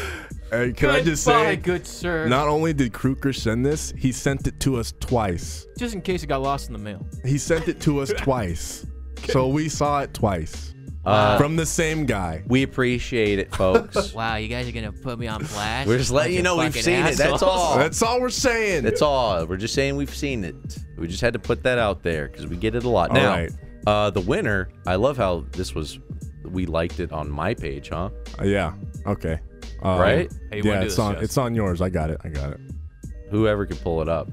B: Hey, can I just
C: Goodbye,
B: say,
C: good sir.
B: not only did Kruger send this, he sent it to us twice.
C: Just in case it got lost in the mail.
B: He sent it to us twice. So we saw it twice from the same guy.
A: Uh, We appreciate it, folks.
C: Wow, you guys are gonna put me on blast.
A: We're just letting you know we've seen it. That's all.
B: That's all we're saying.
A: That's all. We're just saying we've seen it. We just had to put that out there because we get it a lot.
B: All
A: now,
B: right.
A: uh, the winner. I love how this was. We liked it on my page, huh?
B: Uh, yeah. Okay. Um,
A: Right?
C: Hey, you wanna
B: yeah,
C: do
B: it's
C: this,
B: on
C: Jess?
B: it's on yours. I got it. I got it.
A: Whoever could pull it up,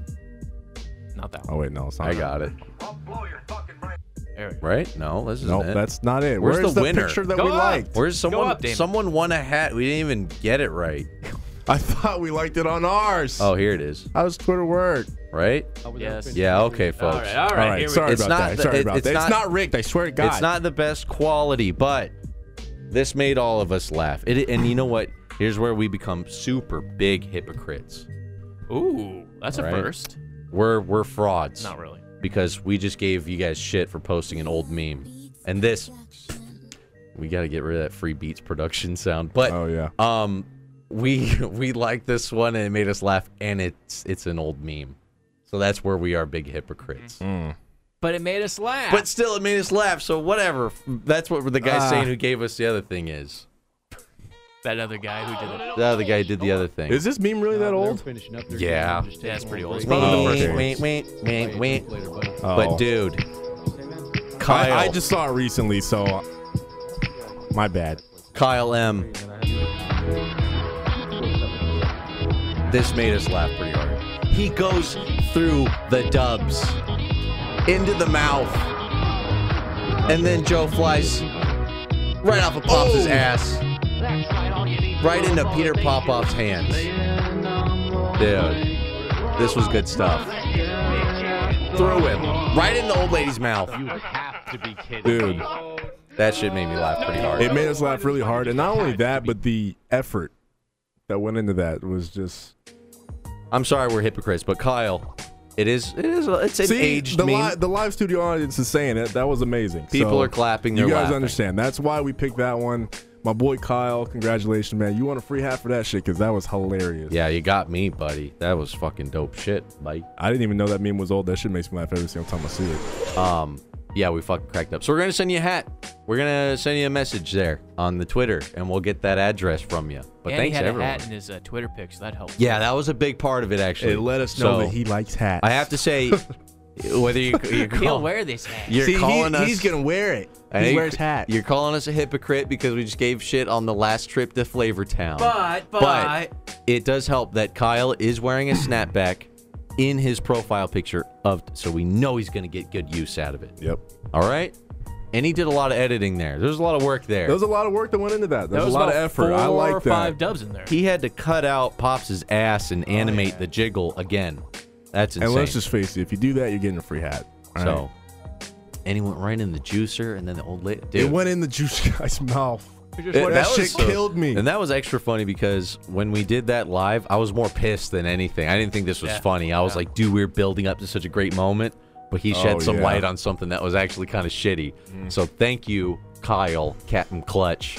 C: Not that one.
B: Oh wait, no, it's not.
A: I got it.
C: Uh-huh. There we go.
A: Right? No, this isn't
B: No,
A: it.
B: that's not it.
A: Where's the
B: the
A: winner?
B: picture that
C: Go
B: we
C: up.
B: liked?
A: Where's someone?
C: up, Damon.
A: someone won a hat. We didn't even get it right.
B: I thought we liked it on ours.
A: Oh, here it is.
B: How does Twitter work?
A: Right?
C: Yes.
A: Yeah. Okay,
C: All
A: folks.
C: right. All
B: All
C: right. here
B: right,
C: we
B: sorry
A: It's
B: about
A: not
B: that.
A: the-
B: sorry
A: it-
B: about
A: it's
B: that.
A: not-
B: it's not rigged. I swear to God.
A: It's not the best quality, but this made all of us laugh. It, and you know what? Here's where we become super big hypocrites.
C: go. Ooh, that's a
A: All right.
C: first.
A: We're we're frauds
C: Not really.
A: because we just gave you guys shit for posting an old meme. And this we got to get rid of that free beats production sound. But
B: Oh yeah.
A: um we we liked this one and it made us laugh and it's it's an old meme. So that's where we are big hypocrites.
C: Mm-hmm. But it made us laugh.
A: But still, it made us laugh. So whatever. That's what the guy
B: Ah.
A: saying who gave us the other thing is.
C: that other guy who did it.
A: The other guy did the other thing.
B: Is this meme really that old?
A: yeah.
C: Yeah, it's pretty old. It's
B: Oh,
C: probably
B: okay.
C: the first.
A: Wait, wait, wait, wait, wait.
B: Oh.
A: But dude,
B: I,
A: Kyle,
B: I just saw it recently, so my bad.
A: Kyle M. This made us laugh pretty hard. He goes through the dubs into the mouth, and then Joe flies right off of Pops' ass. right into Peter Popoff's hands. Dude, this was good stuff. Threw him right in the old lady's mouth.
B: Dude,
A: That shit made me laugh pretty hard.
B: it made us laugh really hard. And not only that, but the effort that went into that was just
A: I'm sorry we're hypocrites, but Kyle, it is it is it's an
B: See,
A: aged
B: the,
A: meme.
B: li- the live studio audience is saying it. That was amazing.
A: People
B: So,
A: are clapping,
B: You
A: they're
B: guys
A: laughing.
B: understand. That's why we picked that one. My boy Kyle, congratulations, man. You won a free hat for that shit because that was hilarious.
A: yeah, you got me, buddy. That was fucking dope shit, buddy.
B: I didn't even know that meme was old. That shit makes me laugh every single time I see it.
A: Um, yeah, we fucking cracked up. So we're gonna send you a hat. We're gonna send you a message there on the Twitter, and we'll get that address from you. But
C: and
A: thanks
C: he had
A: everyone.
C: a hat in his uh, Twitter pic, so that helped.
A: Yeah, that was a big part of it actually.
B: It let us
A: So,
B: know that he likes hats.
A: I have to say, whether you you
C: He'll wear this hat.
A: You're calling us.
B: to wear it.
A: I know you- You're calling us a hypocrite because we just gave shit on the last trip to Flavor Town.
C: But-
A: it does help that Kyle is wearing a snapback in his profile picture of, so we know he's gonna get good use out of it.
B: Yep.
A: All right. and he did a lot of editing there. There's a lot of work there.
B: There was a lot of work that went into that. There
C: That
B: was, a lot of
C: about
B: effort. I
C: four
B: like
C: or
B: that.
C: five dubs in there.
A: he had to cut out Pops' ass and animate the jiggle again. That's insane.
B: and Oh, let's just face it, if you do that, you're getting a free hat. All right?
A: so, and he went right in the juicer, and then the old lady.
B: it went in the juice guy's mouth.
A: It-
B: that shit
A: so-
B: killed me.
A: And that was extra funny because when we did that live, I was more pissed than anything. I didn't think this was
C: Yeah.
A: funny. I was like, dude, we were building up to such a great moment, but he shed
B: Oh,
A: some
B: yeah.
A: light on something that was actually kind of shitty. So thank you, Kyle, Captain Clutch.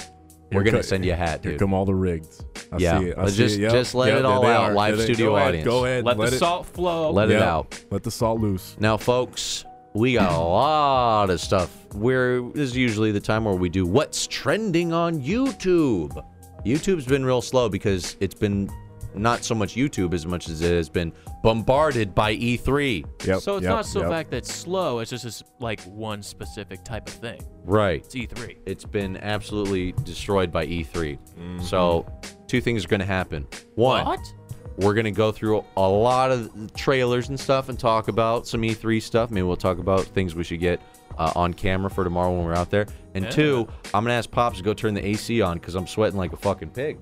A: We're
B: Here
A: gonna
B: co-
A: send you a hat,
B: Here
A: dude.
B: come all the rigs. I
A: Yeah.
B: see it. I
A: Let's
B: see
A: just-
B: it. Yep.
A: just let
B: Yep,
A: it all
B: there they
A: out,
B: are.
A: live
B: There they-
A: studio
B: go ahead,
A: audience.
B: go ahead.
C: let, the
B: it-
C: salt flow.
A: Let it
B: Yep.
A: out.
B: Let the salt loose.
A: Now, folks, we got a lot of stuff. Where this is usually the time where we do what's trending on YouTube. YouTube's been real slow because it's been not so much YouTube as much as it has been bombarded by E E3.
B: Yep.
C: so it's
B: yep,
C: not so
B: yep.
C: fact that it's slow. It's just it's like one specific type of thing.
A: Right.
C: It's E E3.
A: It's been absolutely destroyed by E3. So, two things are going to happen. One,
C: What?
A: We're gonna go through a lot of trailers and stuff and talk about some E3 stuff. Maybe we'll talk about things we should get uh, on camera for tomorrow when we're out there. And two, I'm gonna ask Pops to go turn the AC on because I'm sweating like a fucking pig.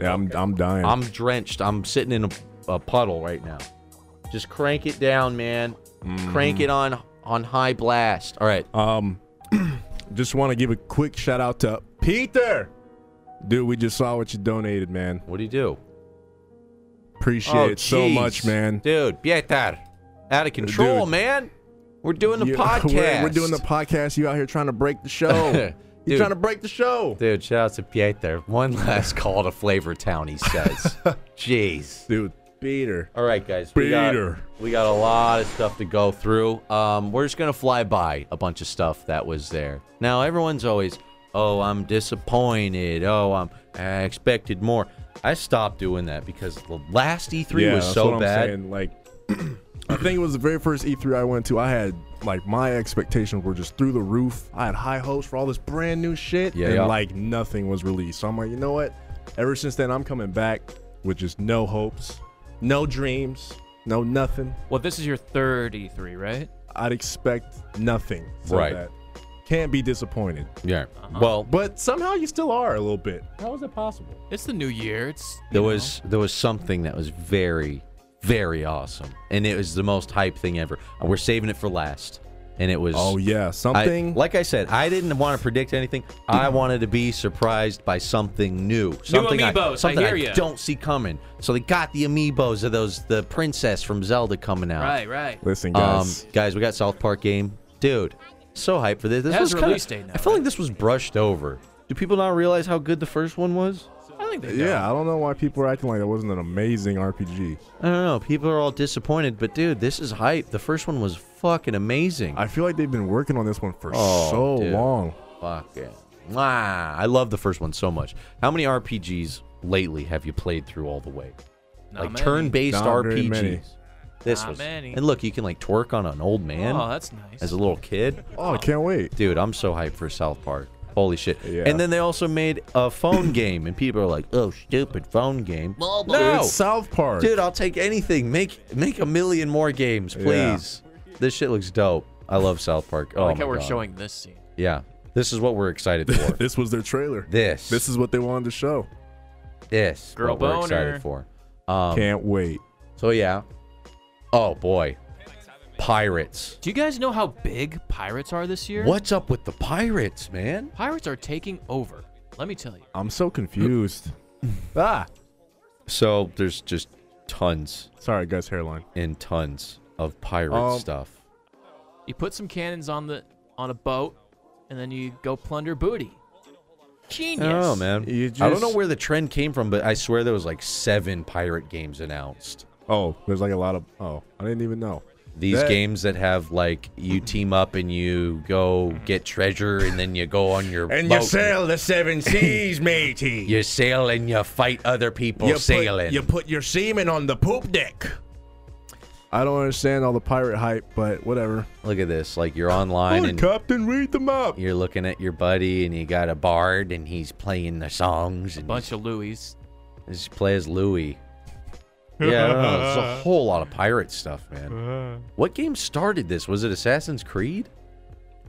B: Yeah, I'm, I'm dying.
A: I'm drenched. I'm sitting in a, a puddle right now. Just crank it down, man. Crank it on on high blast. All right.
B: um, just want to give a quick shout out to Peter. Dude, we just saw what you donated, man.
A: what do you do?
B: Appreciate it so
A: Oh, jeez.
B: much, man.
A: Dude, Pieter, out of control,
B: Dude.
A: man. We're doing the
B: You-
A: podcast.
B: We're, we're doing the podcast. You out here trying to break the show.
A: Dude.
B: You're trying to break the show.
A: Dude, shout out to Pieter. One last call to Flavor Town, he says. Jeez.
B: Dude, Peter.
A: All right, guys. We got,
B: Peter.
A: we got a lot of stuff to go through. Um, we're just going to fly by a bunch of stuff that was there. Now, everyone's always, oh, I'm disappointed. Oh, I'm, I expected more. I stopped doing that because the last E3
B: yeah,
A: was
B: that's
A: so
B: what I'm
A: bad.
B: Saying. Like, I think it was the very first E3 I went to. I had like my expectations were just through the roof. I had high hopes for all this brand new shit,
A: Yeah,
B: and
A: yeah.
B: like nothing was released. So I'm like, you know what? Ever since then, I'm coming back with just no hopes, no dreams, no nothing.
C: Well, this is your third E3, right?
B: I'd expect nothing. So
A: Right.
B: That can't be disappointed.
A: Yeah. Well,
B: But somehow you still are a little bit. How is that possible?
C: It's the new year. It's you
A: there
C: know,
A: was there was something that was very very awesome and it was the most hype thing ever and we're saving it for last and it was
B: Oh yeah,
A: I-
B: something.
A: like I said, I didn't want to predict anything. I wanted to be surprised by something new, something
C: amiibos,
A: I,
C: I
A: something
C: hear ya.
A: don't see coming. So they got the amiibos of those the princess from Zelda coming out.
C: right, right.
B: Listen,
A: Um,
B: guys.
A: guys, we got South Park game, dude. So hyped for this. This
C: It has
A: was
C: a
A: kinda-
C: release date now,
A: I feel like
C: right?
A: this was brushed over. Do people not realize how good the first one was?
C: I think they
B: yeah, I don't know why people are acting like that wasn't an amazing RPG.
A: I don't know. People are all disappointed, but dude, this is hype. The first one was fucking amazing.
B: I feel like they've been working on this one for
A: Oh,
B: so
A: dude.
B: long.
A: Fuck it. Mwah. I love the first one so much. How many RPGs lately have you played through all the way?
C: Not
A: like
C: many.
A: turn-based
B: Not very
A: RPGs.
B: many.
A: This
C: Not
A: was.
C: many.
A: And look, you can like twerk on an old man
C: Oh, that's nice.
A: as a little kid.
B: Oh, I can't wait.
A: Dude, I'm so hyped for South Park. Holy shit.
B: Yeah.
A: And then they also made a phone game and people are like, "Oh, stupid phone game." no.
B: Dude, South Park.
A: Dude, I'll take anything. Make make a million more games,
B: Yeah.
A: please. This shit looks dope. I love South Park. Oh
C: like
A: my
C: how we're
A: God.
C: showing this scene.
A: Yeah. This is what we're excited for.
B: this was their trailer.
A: this.
B: This is what they wanted to show.
A: this.
C: Girl
A: what we're excited
C: boner.
A: for. Um,
B: can't wait.
A: so yeah. Oh boy. Pirates.
C: Do you guys know how big pirates are this year?
A: What's up with the pirates, man?
C: Pirates are taking over. Let me tell you.
B: I'm so confused. ah,
A: So there's just tons
B: sorry, guys. Hairline.
A: and tons of pirate
B: Um,
A: stuff.
C: You put some cannons on the on a boat, and then you go plunder booty. Genius.
A: Oh man.
B: You
A: I don't know
B: just-
A: where the trend came from, but I swear there was like seven pirate games announced.
B: Oh, there's like a lot of. Oh, I didn't even know.
A: These
B: That-
A: games that have like you team up and you go get treasure and then you go on your boat
B: the seven seas, matey.
A: You sail and you fight other people sailing.
B: put your semen on the poop deck. I don't understand all the pirate hype, but whatever.
A: Look at this. Like you're online and
B: Captain, read them up.
A: you're looking at your buddy and you got a bard and he's playing the songs and
C: Bunch of Louis.
A: he just plays Louis. Yeah, I don't know. There's a
B: Uh-huh.
A: whole lot of pirate stuff, man. What game started this? Was it Assassin's Creed?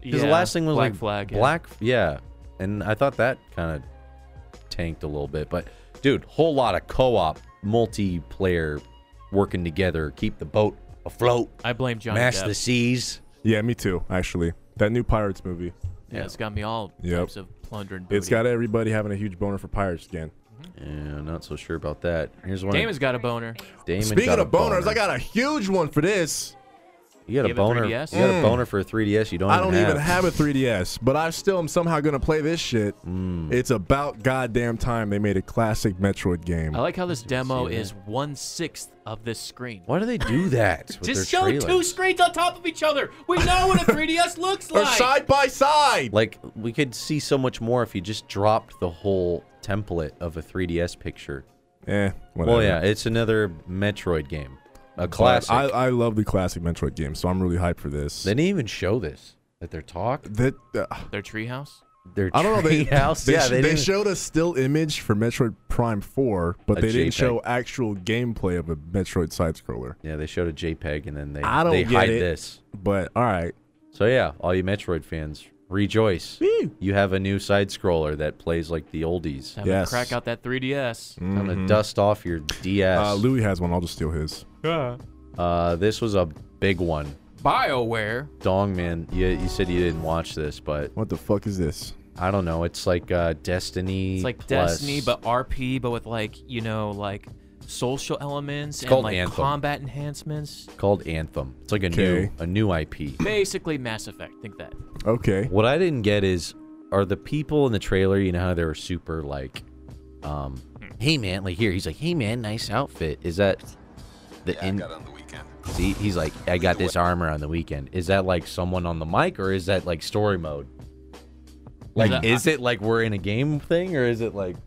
A: Because the
C: Yeah,
A: last thing was
C: Black
A: like
C: Flag, yeah.
A: Black, yeah. And I thought that kind of tanked a little bit, but dude, whole lot of co-op multiplayer working together, keep the boat afloat,
C: I blame Johnny
A: mash
C: Depp.
A: the seas.
B: Yeah, me too. Actually, that new Pirates movie.
C: Yeah, it's got me all
B: Yep.
C: types of plunder and booty.
B: It's got everybody having a huge boner for pirates again.
A: Yeah, not so sure about that. Here's one.
C: Damon's got a boner.
A: Damon
B: Speaking
A: got a
B: of boners,
A: boner.
B: I got a huge one for this.
A: you got
C: You
A: a
C: have a
A: boner.
C: 3DS?
A: You got a boner for a 3DS. Oh, You don't.
B: Mm. I don't even have a 3DS, but I still am somehow gonna play this shit.
A: Hmm.
B: It's about goddamn time they made a classic Metroid game.
C: I like how this demo
A: that?
C: is one sixth of this screen.
A: Why do they do that? with
C: Just
A: their
C: show two
A: trailers?
C: screens on top of each other. We know what a 3DS looks
B: They're
C: like.
B: side by side.
A: Like we could see so much more if you just dropped the whole template of a 3DS picture.
B: Eh, whatever.
A: Well, yeah, it's another Metroid game, a
B: But
A: classic.
B: I, I love the classic Metroid game, so I'm really hyped for this.
A: they didn't even show this at their talk.
B: that uh,
C: Their treehouse.
A: Their
B: I don't know. They,
A: house.
B: they,
A: yeah,
B: sh-
A: they,
B: they
A: didn't.
B: showed a still image for Metroid Prime 4, but
A: A
B: they didn't
A: JPEG.
B: show actual gameplay of a Metroid side scroller.
A: yeah, they showed a JPEG and then they
B: I don't
A: they
B: get
A: hide
B: it.
A: this.
B: But all right,
A: So yeah, all you Metroid fans, rejoice!
B: Woo.
A: You have a new side scroller that plays like the oldies.
C: Time
B: Yes.
C: to crack out that 3DS.
A: I'm gonna dust off your DS.
B: Mm-hmm. uh, Louis has one. I'll just steal his.
A: Uh, this was a big one.
C: BioWare.
A: Dong man, you, you said you didn't watch this, but
B: What the fuck is this?
A: I don't know. It's like uh, Destiny.
C: It's like
A: Plus.
C: Destiny, but RP, but with like you know like social elements and
A: called
C: like
A: Anthem.
C: combat enhancements.
A: called Anthem. It's like a
B: Okay.
A: new a new IP.
C: Basically, Mass Effect. Think that.
B: Okay.
A: What I didn't get is are the people in the trailer, you know how they were super like um
C: Hmm.
A: hey man, like here, he's like, Hey man, nice outfit. Is that the in
G: on the weekend.
A: See, he's like, I got this armor on the weekend. Is that like someone on the mic or is that like story mode? Like
C: that- Hmm.
A: is it like we're in a game thing or is it like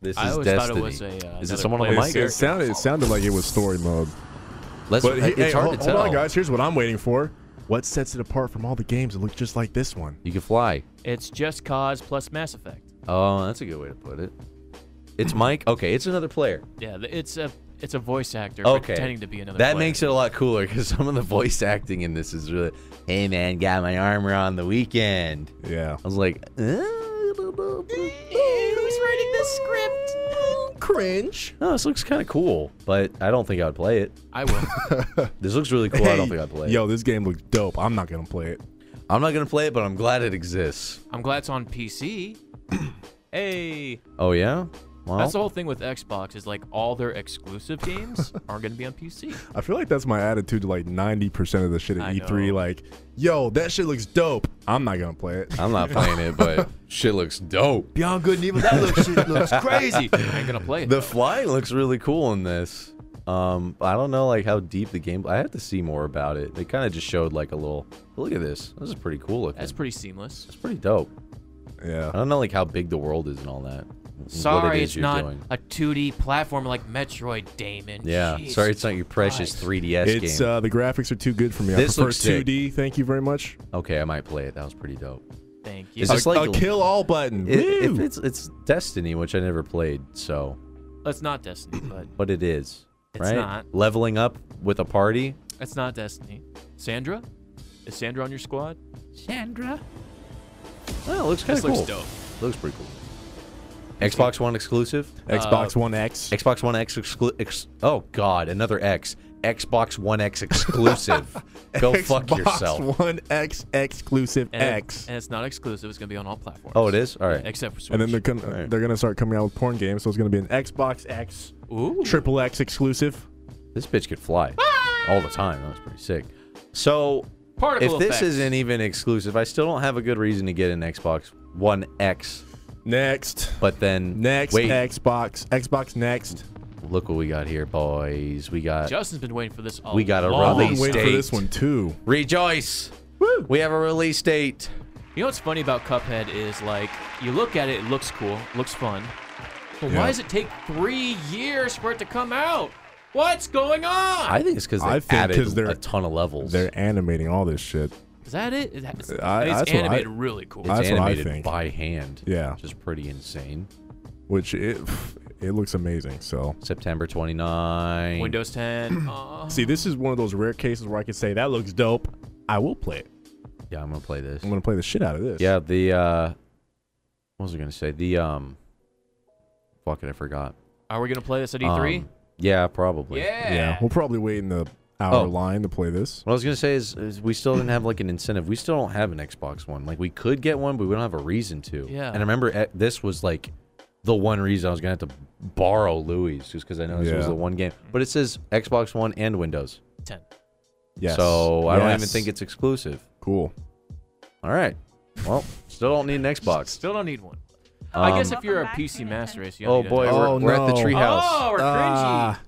A: this is
C: I always
A: Destiny.
C: thought it was a. Uh,
A: is it
C: another
A: someone on the
C: player
A: mic?
B: It's- It
C: character.
B: sounded, it sounded like it was story mode.
A: Let's
B: But he-
A: it's
B: hey,
A: hard
B: hold,
A: to
B: hold
A: tell.
B: on, guys. Here's what I'm waiting for. What sets it apart from all the games that look just like this one?
A: You can fly.
C: It's just Cause plus Mass Effect.
A: Oh, that's a good way to put it. It's Mike. Okay, it's another player.
C: Yeah, th- it's a it's a voice actor
A: Okay,
C: pretending to be another.
A: That
C: player.
A: makes it a lot cooler because some of the voice acting in this is really, "Hey man, got my armor on the weekend."
B: Yeah.
A: I was like, "Uh, "Who's writing this script?" Cringe. No, this looks kind of cool, but I don't think I'd play it.
C: I will.
A: This looks really cool. I don't
B: Hey,
A: think I'd play it.
B: Yo, this game looks dope. I'm not gonna play it.
A: I'm not gonna play it, but I'm glad it exists.
C: I'm glad it's on PC. hey,
A: Oh yeah. Well,
C: that's the whole thing with Xbox is like all their exclusive games are going to be on PC.
B: I feel like that's my attitude to like 90% of the shit at
C: I
B: E3.
C: know.
B: Like, yo, that shit looks dope. I'm not gonna play it.
A: I'm not playing it, but shit looks dope.
C: Beyond Good and Evil, that looks shit looks crazy. I ain't gonna play it.
A: The flying looks really cool in this. Um, I don't know like how deep the game. I have to see more about it. They kind of just showed like a little. Look at this. This is pretty cool looking.
C: That's pretty seamless.
A: It's pretty dope.
B: Yeah.
A: I don't know like how big the world is and all that. What it
C: Sorry,
A: is
C: it's
A: you're
C: not
A: doing.
C: a 2D platform like Metroid, Damon.
A: Yeah.
C: Jeez.
A: Sorry, it's not your precious 3DS
B: It's
A: game.
B: uh, the graphics are too good for me. I
A: This
B: prefer
A: looks sick.
B: 2D. Thank you very much.
A: okay, I might play it. That was pretty dope.
C: Thank you.
A: Is this
B: a,
A: like-
B: a kill all button.
A: It, if
B: Woo!
A: it's it's Destiny, which I never played, so
C: That's not Destiny, but
A: but it is.
C: It's
A: Right?
C: not.
A: Leveling up with a party.
C: that's not Destiny. Sandra? Is Sandra on your squad?
F: Sandra.
A: Oh, it looks kind of
C: This
A: cool.
C: looks dope.
A: Looks pretty cool. Xbox One exclusive.
B: Xbox One X.
A: Xbox One X exclusive. Ex- oh God, another X. Xbox One X exclusive. Go fuck
B: Xbox
A: yourself.
B: One X exclusive
C: And,
B: X.
C: And it's not exclusive. It's gonna be on all platforms.
A: Oh, it is. All right.
C: Except for Switch.
B: And then they're gonna
A: Alright.
B: they're gonna start coming out with porn games, so it's gonna be an Xbox X
C: Ooh.
B: triple X exclusive.
A: This bitch could fly all the time. That was pretty sick. So
C: Particle
A: if this
C: effects.
A: isn't even exclusive, I still don't have a good reason to get an Xbox One X.
B: Next.
A: But then
B: Next
A: wait,
B: Xbox. Xbox next.
A: look what we got here, boys. We got
C: Justin's been waiting for this. A
A: We gotta
C: long
A: release
B: I'm waiting for
A: date.
B: this one too.
A: rejoice. Woo! We have a release date.
C: You know what's funny about Cuphead is like you look at it, it looks cool, looks fun. But
B: Yeah.
C: why does it take three years for it to come out? What's going on?
A: I think it's because they
B: I think 'cause
A: added
B: they're-
A: a ton of levels.
B: They're animating all this shit.
C: is that it? Is that- it's,
B: I-
C: it's
B: that's what I-
C: animated really cool.
B: I-
A: it's
B: That's what
A: animated
B: think.
A: by hand.
B: Yeah.
A: Which is pretty insane.
B: Which it it looks amazing. So
A: September 29.
C: Windows 10. uh,
B: see, this is one of those rare cases where I could say that looks dope. I will play it.
A: Yeah, I'm gonna play this.
B: I'm gonna play the shit out of this.
A: Yeah, the uh what was I gonna say? The um fuck it, I forgot.
C: Are we gonna play this at E E3?
A: Um, yeah, probably.
B: yeah. We'll probably wait in the hour
A: Oh.
B: line to play this.
A: What I was gonna say is, is we still didn't have like an incentive. We still don't have an Xbox One. Like we could get one, but we don't have a reason to.
C: Yeah.
A: And I remember eh, this was like the one reason I was gonna have to borrow Louis just because I know this was
B: Yeah.
A: the one game. But it says Xbox One and Windows,
C: Ten.
B: Yes.
A: so I don't even
B: Yes.
A: think it's exclusive.
B: cool.
A: All right. Well, still don't need an Xbox.
C: Still don't need one. I guess
A: Um,
C: if you're a
G: Welcome back
C: PC
G: to
C: master
G: Nintendo.
C: race, you
A: Oh
C: don't need
A: boy,
C: it.
A: we're,
B: Oh,
A: we're at the
B: no.
A: treehouse.
C: Oh, we're cringy.
B: Ah.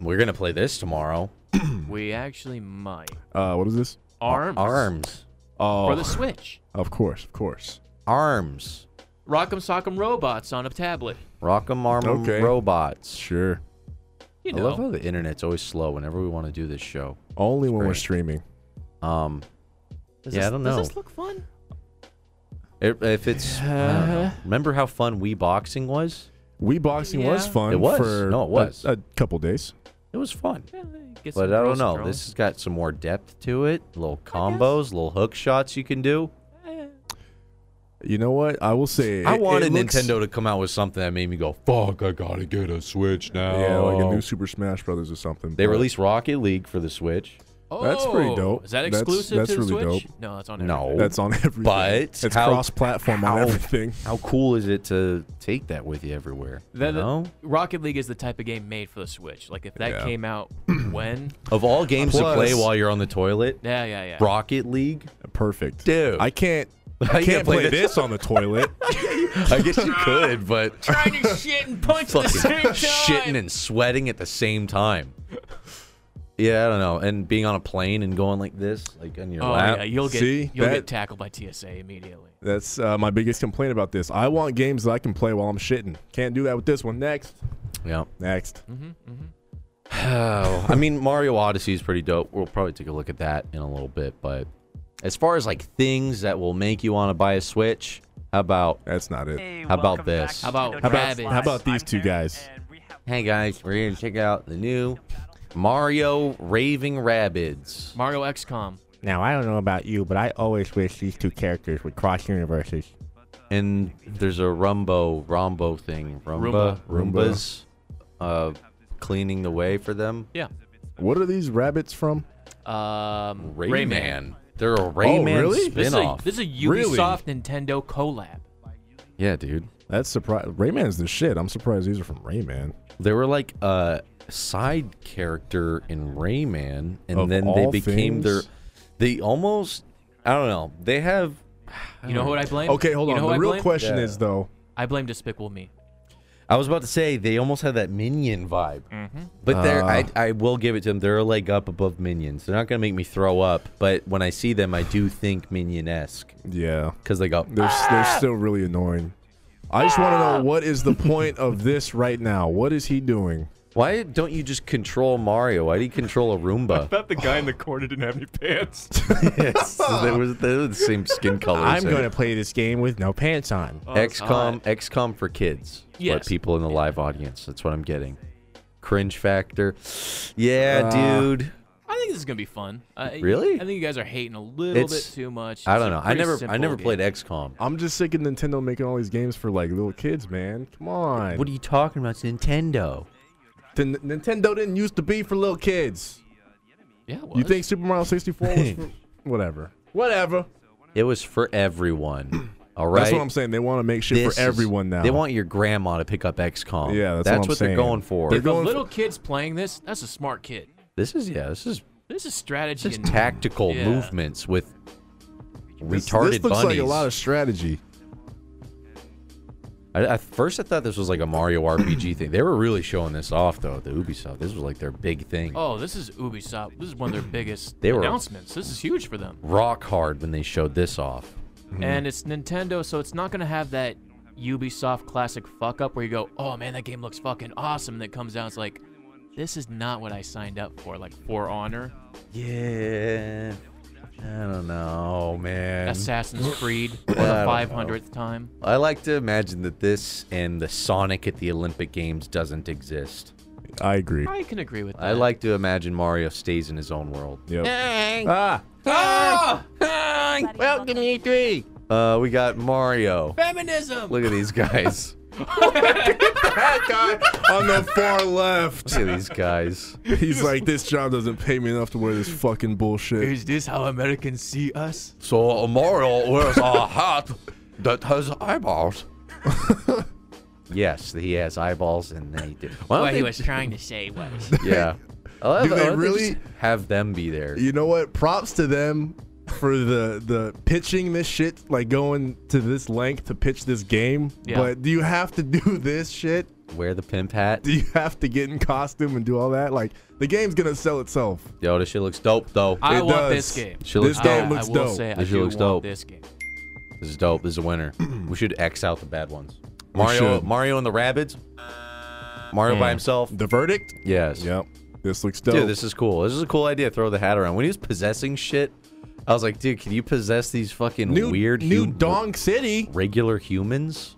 A: We're gonna play this tomorrow. um,
C: we actually might.
B: Uh, what is this?
C: Arms.
A: Arms.
B: Oh,
C: For the Switch.
B: of course, of course.
A: Arms.
C: Rock'em Sock'em Robots on a tablet.
A: Rock'em Arm'em
B: Okay.
A: Robots.
B: Sure.
C: You
A: I
C: know.
A: love how the internet's always slow whenever we want to do this show.
B: Only when we're
A: great.
B: streaming.
A: Um,
C: Does
A: yeah,
C: this,
A: I don't
C: Does
A: know.
C: this look fun?
A: if if it's, I don't know. remember how fun Wii boxing was?
B: Wii boxing was
C: Yeah.
B: fun.
A: It was.
B: For
A: No, it
B: a-
A: was.
B: A, couple days.
A: It was fun,
C: Yeah,
A: but
C: get some
A: I
C: girls
A: don't
C: and
A: know.
C: girls.
A: This has got some more depth to it. Little combos, little hook shots you can do.
B: You know what? I will say.
A: I
B: it-
A: wanted
B: it looks-
A: Nintendo to come out with something that made me go, "Fuck, I gotta get a Switch now."
B: Yeah, like a new Super Smash Brothers or something.
A: They
B: but-
A: released Rocket League for the Switch,
C: Oh,
B: That's pretty dope.
C: Is that
B: That's-
C: exclusive
B: that's
C: to the
B: really
C: Switch?
B: dope.
C: No, that's on
A: No.
C: everything.
B: That's on everything.
A: but
B: it's
A: how-
B: cross-platform
A: how-
B: on everything.
A: How cool is it to take that with you everywhere?
C: The-
A: you
C: the-
A: know?
C: Rocket League is the type of game made for the Switch. Like if that
B: Yeah.
C: came out when?
A: Of all games to
B: Plus-
A: play while you're on the toilet,
C: Yeah, yeah, yeah.
A: Rocket League.
B: Perfect,
A: Dude.
B: I can't. I
A: You
B: can't, play, this. on the toilet.
A: I guess you could, but
C: Trying to shit and punch at the
A: fucking
C: same time.
A: shitting and sweating at the same time. Yeah, I don't know. And being on a plane and going like this, like on your
C: Oh
A: lap.
C: yeah, you'll get
B: See?
C: you'll
B: That-
C: get tackled by TSA immediately.
B: That's uh, my biggest complaint about this. I want games that I can play while I'm shitting. Can't do that with this one. Next,
A: Yeah.
B: next.
A: Oh, I mean, Mario Odyssey is pretty dope. We'll probably take a look at that in a little bit. But as far as like things that will make you want to buy a Switch, how about
B: That's not it.
A: how about this?
C: How about
B: How about
C: rabbit?
B: how about these two guys?
A: Hey guys, we're here to check out the new Mario Raving Rabbids.
C: Mario XCOM.
H: Now, I don't know about you, but I always wish these two characters would cross universes.
A: And there's a Rumbo Rombo thing. Rumba
B: Roomba.
A: Roombas uh cleaning the way for them.
C: Yeah.
B: What are these rabbits from?
C: Um,
A: Rayman. They're a Rayman
B: really?
C: This is, a,
A: spin-off.
C: this is a
B: Really?
C: Ubisoft Nintendo collab.
A: yeah, dude.
B: That's surprise. Rayman's the shit. I'm surprised these are from Rayman.
A: They were like a side character in Rayman and
B: Of
A: then they
B: all
A: became their
B: things?
A: they almost I don't know. They have
C: You know what I blame?
B: Okay, hold
C: You
B: on.
C: know
B: The
C: who I
B: real
C: blame?
B: question is though.
C: I blame Despicable Me.
A: I was about to say they almost have that minion vibe, but they're I, I will give it to them. They're a leg up above minions. They're not gonna make me throw up, but when I see them, I do think minion esque
B: Yeah,
A: because they go.
B: they're s they're still really annoying. I just want to know what is the point of this right now? What is he doing?
A: Why don't you just control Mario? Why do you control a Roomba?
D: bet the guy in the corner didn't have any pants.
A: yes, they were they were the same skin color.
H: I'm going to play this game with no pants on.
A: XCOM XCOM for kids. But
C: Yes.
A: people in the live audience. That's what I'm getting. Cringe factor. Yeah,
B: Ah.
A: dude.
C: I think this is gonna be fun. I-
A: Really?
C: I think you guys are hating a little
A: It's-
C: bit too much.
A: I
C: It's
A: don't
C: a
A: know. I
C: pretty
A: never I
C: simple
A: never
C: game.
A: played XCOM.
B: I'm just sick of Nintendo making all these games for like little kids, man. Come on.
A: What are you talking about? It's Nintendo.
B: The N- Nintendo didn't used to be for little kids.
C: Yeah, it
B: You
C: was.
B: think Super Mario 64 was for whatever? Whatever.
A: It was for everyone. All right.
B: That's what I'm saying. They want to make shit
A: This
B: for
A: is-
B: everyone now.
A: They want your grandma to pick up XCOM.
B: Yeah, that's what I'm
A: they're
B: saying.
A: going for.
B: They're
C: the
B: going
C: little kids playing this? That's a smart kid.
A: this is yeah. This is
C: This is strategy
A: just
C: and
A: tactical
C: Yeah.
A: movements with retarded
B: this, this looks
A: bunnies.
B: like a lot of strategy.
A: I, at first, I thought this was like a Mario RPG thing. They were really showing this off though. The Ubisoft. This was like their big thing.
C: Oh, this is Ubisoft. This is one of their biggest
A: They were-
C: announcements. This is huge for them.
A: Rock hard when they showed this off.
C: And it's Nintendo, so it's not gonna have that Ubisoft classic fuck up where you go, "Oh man, that game looks fucking awesome," and then it comes out it's like, "This is not what I signed up for." Like For Honor,
A: Mm-hmm. Yeah. I don't know, man.
C: Assassin's Creed for
A: I don't
C: the
A: know.
C: 500th time.
A: I like to imagine that this and the Sonic at the Olympic Games doesn't exist.
B: I agree.
C: I can agree with that.
A: I like to imagine Mario stays in his own world.
B: Yep. Ah.
A: Fine. Welcome, you three. Uh, we got Mario.
C: Feminism.
A: Look at these guys.
B: That guy on the far left.
A: Look at these guys.
B: He's like, this job doesn't pay me enough to wear this fucking bullshit.
C: Is this how Americans see us?
A: So Mario wears a hat that has eyeballs. yes, he has eyeballs, and they do. Why don't
C: What
A: they-
C: he was trying to say was.
A: Yeah. Oh, Why
B: Do
A: don't
B: they
A: just
B: really-
A: have them be there?
B: You know what? Props to them for the the pitching this shit, like going to this length to pitch this game.
C: Yeah.
B: But do you have to do this shit?
A: Wear the pimp hat.
B: Do you have to get in costume and do all that? Like the game's gonna sell itself.
A: Yo, this shit looks dope though.
C: I
B: It
C: want
B: does.
C: this game.
A: She
B: this
A: looks
B: game
C: I,
B: looks
C: I will
B: dope.
C: say I
A: This
C: do
A: looks
C: want
A: dope.
C: this game.
A: This is dope. This is a winner. we should X out the bad ones. Mario,
B: should. Mm.
A: Mario and the Rabbids. Mario by himself.
B: The verdict?
A: Yes.
B: Yep. This looks dope.
A: Dude, this is cool. This is a cool idea. Throw the hat around. When he was possessing shit, I was like, dude, can you possess these fucking
B: new
A: weird
B: new
A: hum-
B: Dong City.
A: regular humans?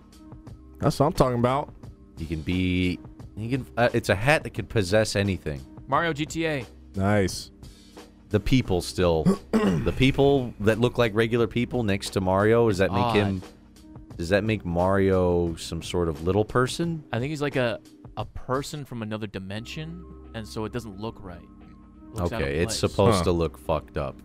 B: That's what I'm talking about.
A: You can be. You can. Uh, it's a hat that could possess anything.
C: Mario GTA.
B: Nice.
A: The people still. the people that look like regular people next to Mario. Does that make him? Does that make Mario some sort of little person?
C: I think he's like a a person from another dimension, and so it doesn't look right. It looks out of
A: Okay, it's
C: place.
A: supposed
B: Huh.
A: to look fucked up.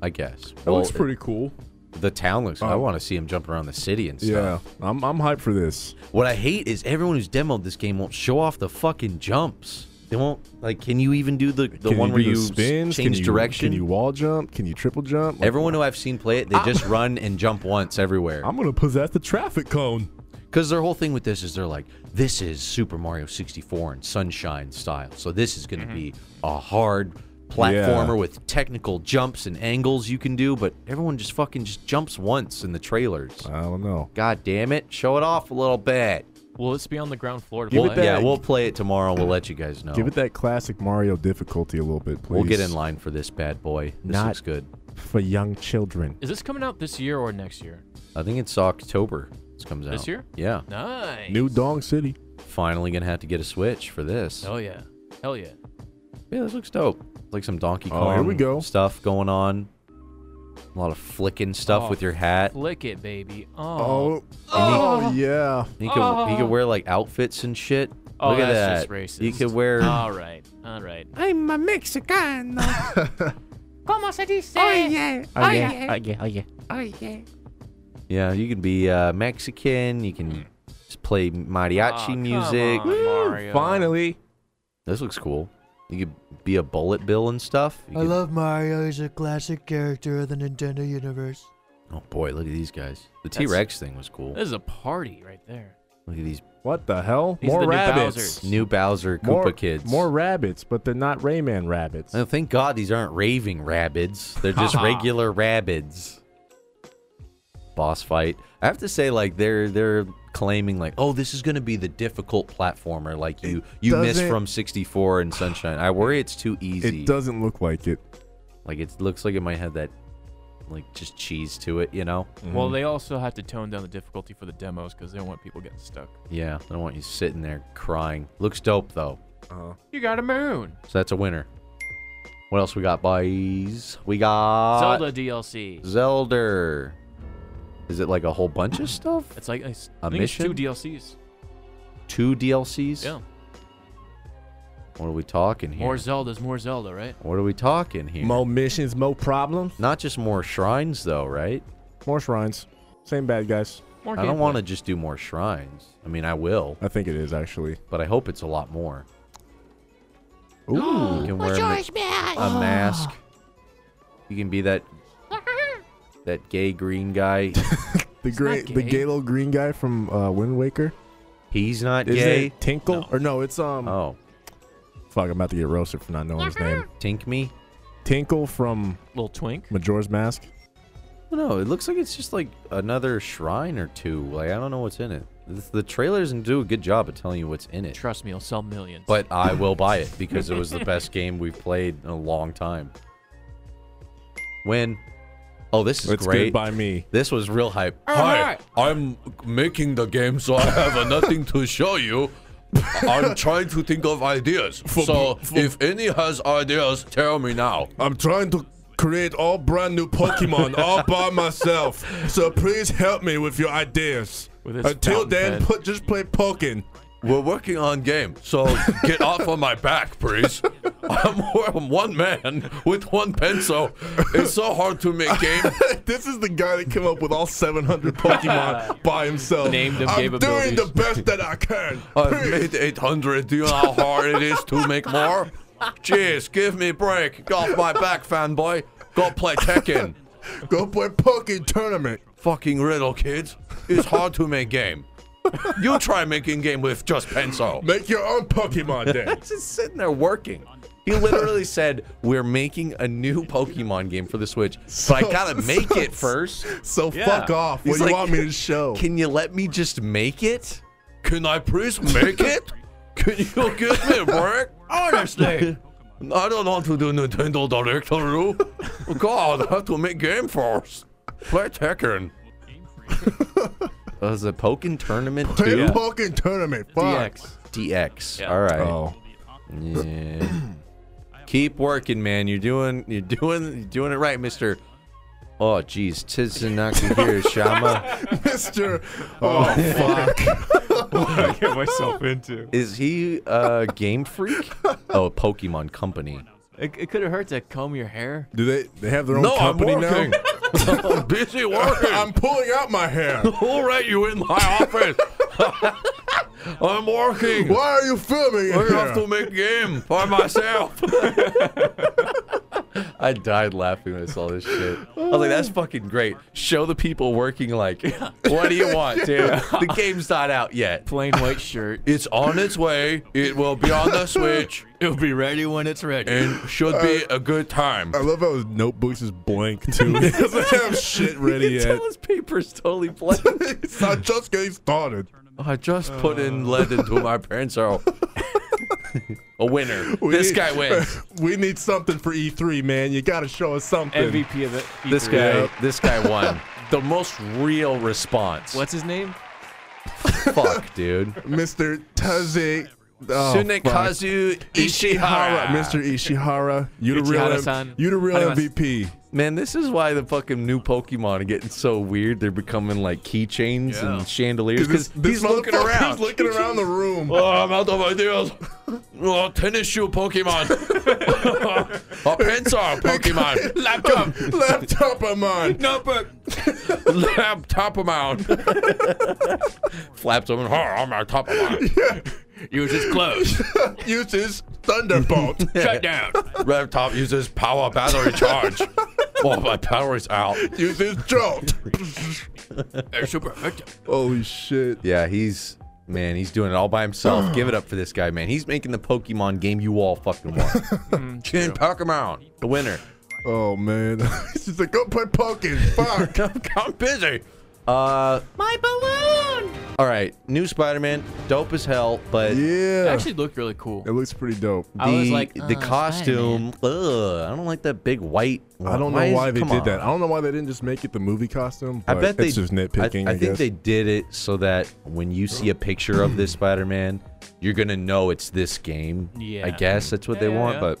A: I guess.
B: That looks pretty cool.
A: The town looks. I
B: Oh.
A: want to see him jump around the city and
B: Yeah.
A: stuff.
B: I'm I'm hyped for this.
A: What I hate is everyone who's demoed this game won't show off the fucking jumps. They won't. Like, can you even do the the
B: Can
A: one where
B: do
A: you
B: the
A: s-
B: spins? Can
A: change
B: you-
A: direction?
B: Can you wall jump? Can you triple jump? Like,
A: Everyone who I've seen play it, they just run and jump once everywhere.
B: I'm gonna possess the traffic cone.
A: Because their whole thing with this is they're like, this is Super Mario 64 and Sunshine style. So this is going
B: Mm-hmm.
A: to be a hard platformer with technical jumps and angles you can do, but everyone just fucking just jumps once in the trailers.
B: I don't know.
A: God damn it. Show it off a little bit.
C: Will this be on the ground floor? To
B: Give it
C: play?
B: that-
A: Yeah, we'll play it tomorrow and we'll let you guys know.
B: Give it that classic Mario difficulty a little bit, please.
A: we'll get in line for this bad boy. This
H: Not-
A: looks good.
H: for young children.
C: Is this coming out this year or next year?
A: I think it's October. This comes out.
C: This year?
A: Yeah.
C: Nice.
B: New Dong City.
A: Finally going to have to get a Switch for this.
C: Oh yeah. Hell yeah.
A: Yeah, this looks dope. Like some Donkey Kong
B: Oh, here we go.
A: stuff going on. A lot of flicking stuff
C: Oh,
A: with your hat.
C: Flick it, baby. Oh.
B: Oh, oh, yeah.
A: He could he could wear like outfits and shit.
C: Oh,
A: Look at
C: that's
A: that.
C: just
A: He
C: racist. Oh.
A: could wear
C: All right. All right.
F: I'm a Mexican.
G: ¿Cómo se dice?
F: Oh yeah.
H: Oh, yeah. Oh, yeah. Oh, yeah.
F: Oh yeah.
A: Yeah, you can be uh, Mexican, you can just play
C: Oh,
A: mariachi
C: come
A: music.
C: on, Mario.
B: Finally.
A: This looks cool. You could be a bullet bill and stuff. You
I: I
A: could-
I: love Mario. He's a classic character of the Nintendo universe.
A: Oh boy, look at these guys. The
C: That's-
A: T Rex thing was cool.
C: This is a party right there.
A: Look at these
B: What the hell?
C: These are
B: more
C: the new
B: rabbits.
C: Bowsers.
A: new Bowser Koopa
B: more
A: kids.
B: More rabbits, but they're not Rayman rabbits.
A: Oh, thank God these aren't raving rabbits. They're just regular rabbits. Boss fight. I have to say, like they're they're claiming like, oh, this is gonna be the difficult platformer, like you you miss
B: doesn't-
A: from 64 and Sunshine. I worry it's too easy.
B: It doesn't look like it.
A: Like it looks like it might have that, like just cheese to it, you know?
C: Well, they also have to tone down the difficulty for the demos because they don't want people getting stuck.
A: Yeah. I don't want you sitting there crying. Looks dope though.
C: You got a moon.
A: So that's a winner. What else we got, boys? We got
C: Zelda DLC.
A: Zelda. Is it like a whole bunch of stuff?
C: It's like it's,
A: A
C: I think it's two
A: mission?
C: DLCs.
A: Two DLCs?
C: Yeah.
A: What are we talking here?
C: More Zeldas, more Zelda, right?
A: what are we talking here?
B: Mo missions, mo problems,
A: Not just more shrines, though, right?
B: more shrines. Same bad guys.
C: More
A: I don't want to just do more shrines. I mean, I will,
B: I think it is actually.
A: but I hope it's a lot more. You
B: Ooh.
A: can wear
G: What's
A: a, ma-
G: yours, man?
A: a mask. You can be that that gay green guy.
B: the great,
C: not
B: the
C: gay.
B: gay little green guy from uh, Wind Waker.
A: He's not
B: Is
A: gay.
B: it Tinkle? Or no, it's um.
A: Oh, Mm-hmm.
B: Fuck, I'm about to get roasted for not knowing his name.
A: tink me?
B: Tinkle from
C: Little twink.
B: Majora's Mask.
A: No, it looks like it's just like another shrine or two. Like I don't know what's in it. This- The trailers and do a good job of telling you what's in it.
C: Trust me, it'll sell millions.
A: but I will buy it because it was the best game we've played in a long time. When, oh, this is
B: it's
A: great.
B: good by me.
A: This was real hype. Hi, I'm making the game, so I have nothing to show you. I'm trying to think of ideas. so if any has ideas, tell me now.
B: I'm trying to create all brand new Pokemon all by myself. So please help me with your ideas.
C: With his fountain pen.
B: put, just play Pokin.
A: We're working on game, so get off on my back, please. I'm, I'm one man with one pencil. It's so hard to make game.
B: this is the guy that came up with all 700 Pokemon by himself.
C: Named him,
B: I'm
C: gave
B: doing the
C: abilities.
B: best that I can.
A: I've made 800. Do you know how hard it is to make more? Jeez, give me a break. Get off my back, fanboy. Go play Tekken.
B: Go play Pokin tournament.
A: Fucking riddle, kids. It's hard to make game. You try making game with just pencil.
B: Make your own Pokemon then.
A: just sitting there working. He literally said, "We're making a new Pokemon game for the Switch, but I gotta make it first.
B: So
D: Yeah.
B: fuck off. What
A: He's
B: do you
A: like-
B: want me to show?
A: Can you let me just make it? Can I please make it? Can you give me a break? Honestly, I don't want to do Nintendo Direct Haru. God, I have to make game first. Play Tekken. Was it Pokken Tournament
B: Play
A: 2?
B: Pokin tournament. Fuck.
C: DX.
A: DX.
C: Yeah.
A: All right.
B: Oh.
A: Yeah. Keep working, man. You're doing you're doing you're doing it right, Mister. Oh geez, Tizanaki here, Shama.
B: Mr. Oh, fuck.
J: I get myself into.
A: Is he a game freak? Oh, Pokemon Company.
C: It, it could have hurt to comb your hair.
B: Do they, they have their own
A: No, I'm
B: company
A: working.
B: now?
A: I'm busy working.
B: I'm pulling out my hair.
A: All right, you in my office. I'm working.
B: Why are you filming it
A: I have to
B: here?
A: make game by myself. I died laughing when I saw this shit. I was like, that's fucking great. Show the people working like, what do you want, dude? The game's not out yet.
C: Plain white shirt.
A: It's on its way. It will be on the Switch
C: It'll be ready when it's ready.
A: and should be a good time.
B: I love how his notebooks is blank too. he doesn't have shit ready
A: You can
B: yet.
A: tell his paper's totally blank.
B: It's not just getting started.
A: I just put in lead into my pencil. a winner.
B: We
A: this
B: need-
A: guy wins.
B: We need something for E3, man. You got to show us something.
C: MVP of E it.
A: This guy. This guy won. The most real response.
C: What's his name?
A: fuck, dude.
B: Mr. Taze. Oh, fuck.
A: Tsunekazu Ishihara.
B: Mr. Ishihara, you the real,
C: Ichihara-san.
B: you the real
C: Arimasu.
B: MVP.
A: Man, this is why the fucking new Pokemon are getting so weird. They're becoming like keychains and chandeliers because he's looking
B: motherfucker's
A: around.
B: looking around the room.
A: oh, I'm out of ideas. Oh, tennis shoe Pokemon. A pencil Pokemon.
B: um,
A: Laptop.
B: Laptop of mine.
A: Notebook. Laptop of mine. Flaps open. Oh, I'm out top of mine.
C: Uses clothes.
B: Uses Thunderbolt.
A: Shut down. Laptop uses power battery charge. oh, my power's out.
B: Uses Jolt.
C: They're super effective.
B: Holy shit.
A: Yeah, he's man, he's doing it all by himself. Give it up for this guy, man. He's making the Pokemon game you all fucking want. Chin Pokemon, the winner.
B: Oh man. He's just like, go play Pokin. Fuck.
A: I'm busy. Uh,
G: My balloon!
A: all right, new Spider-Man, dope as hell, but
B: yeah.
C: Actually looked really cool.
B: it looks pretty dope.
A: the
C: I was like,
A: the
C: "Oh,
A: costume, ugh, I don't like that big white.
B: I don't
A: is-
B: know why they
A: come
B: did
A: on.
B: that. I don't know why they didn't just make it the movie costume.
A: I
B: but
A: bet they
B: it's just nitpicking.
A: I,
B: I,
A: I think
B: guess.
A: they did it so that when you see a picture of this Spider-Man, you're gonna know it's this game. I
C: Yeah.
A: guess that's what
C: Yeah,
A: they
C: yeah,
A: want.
C: yeah.
A: But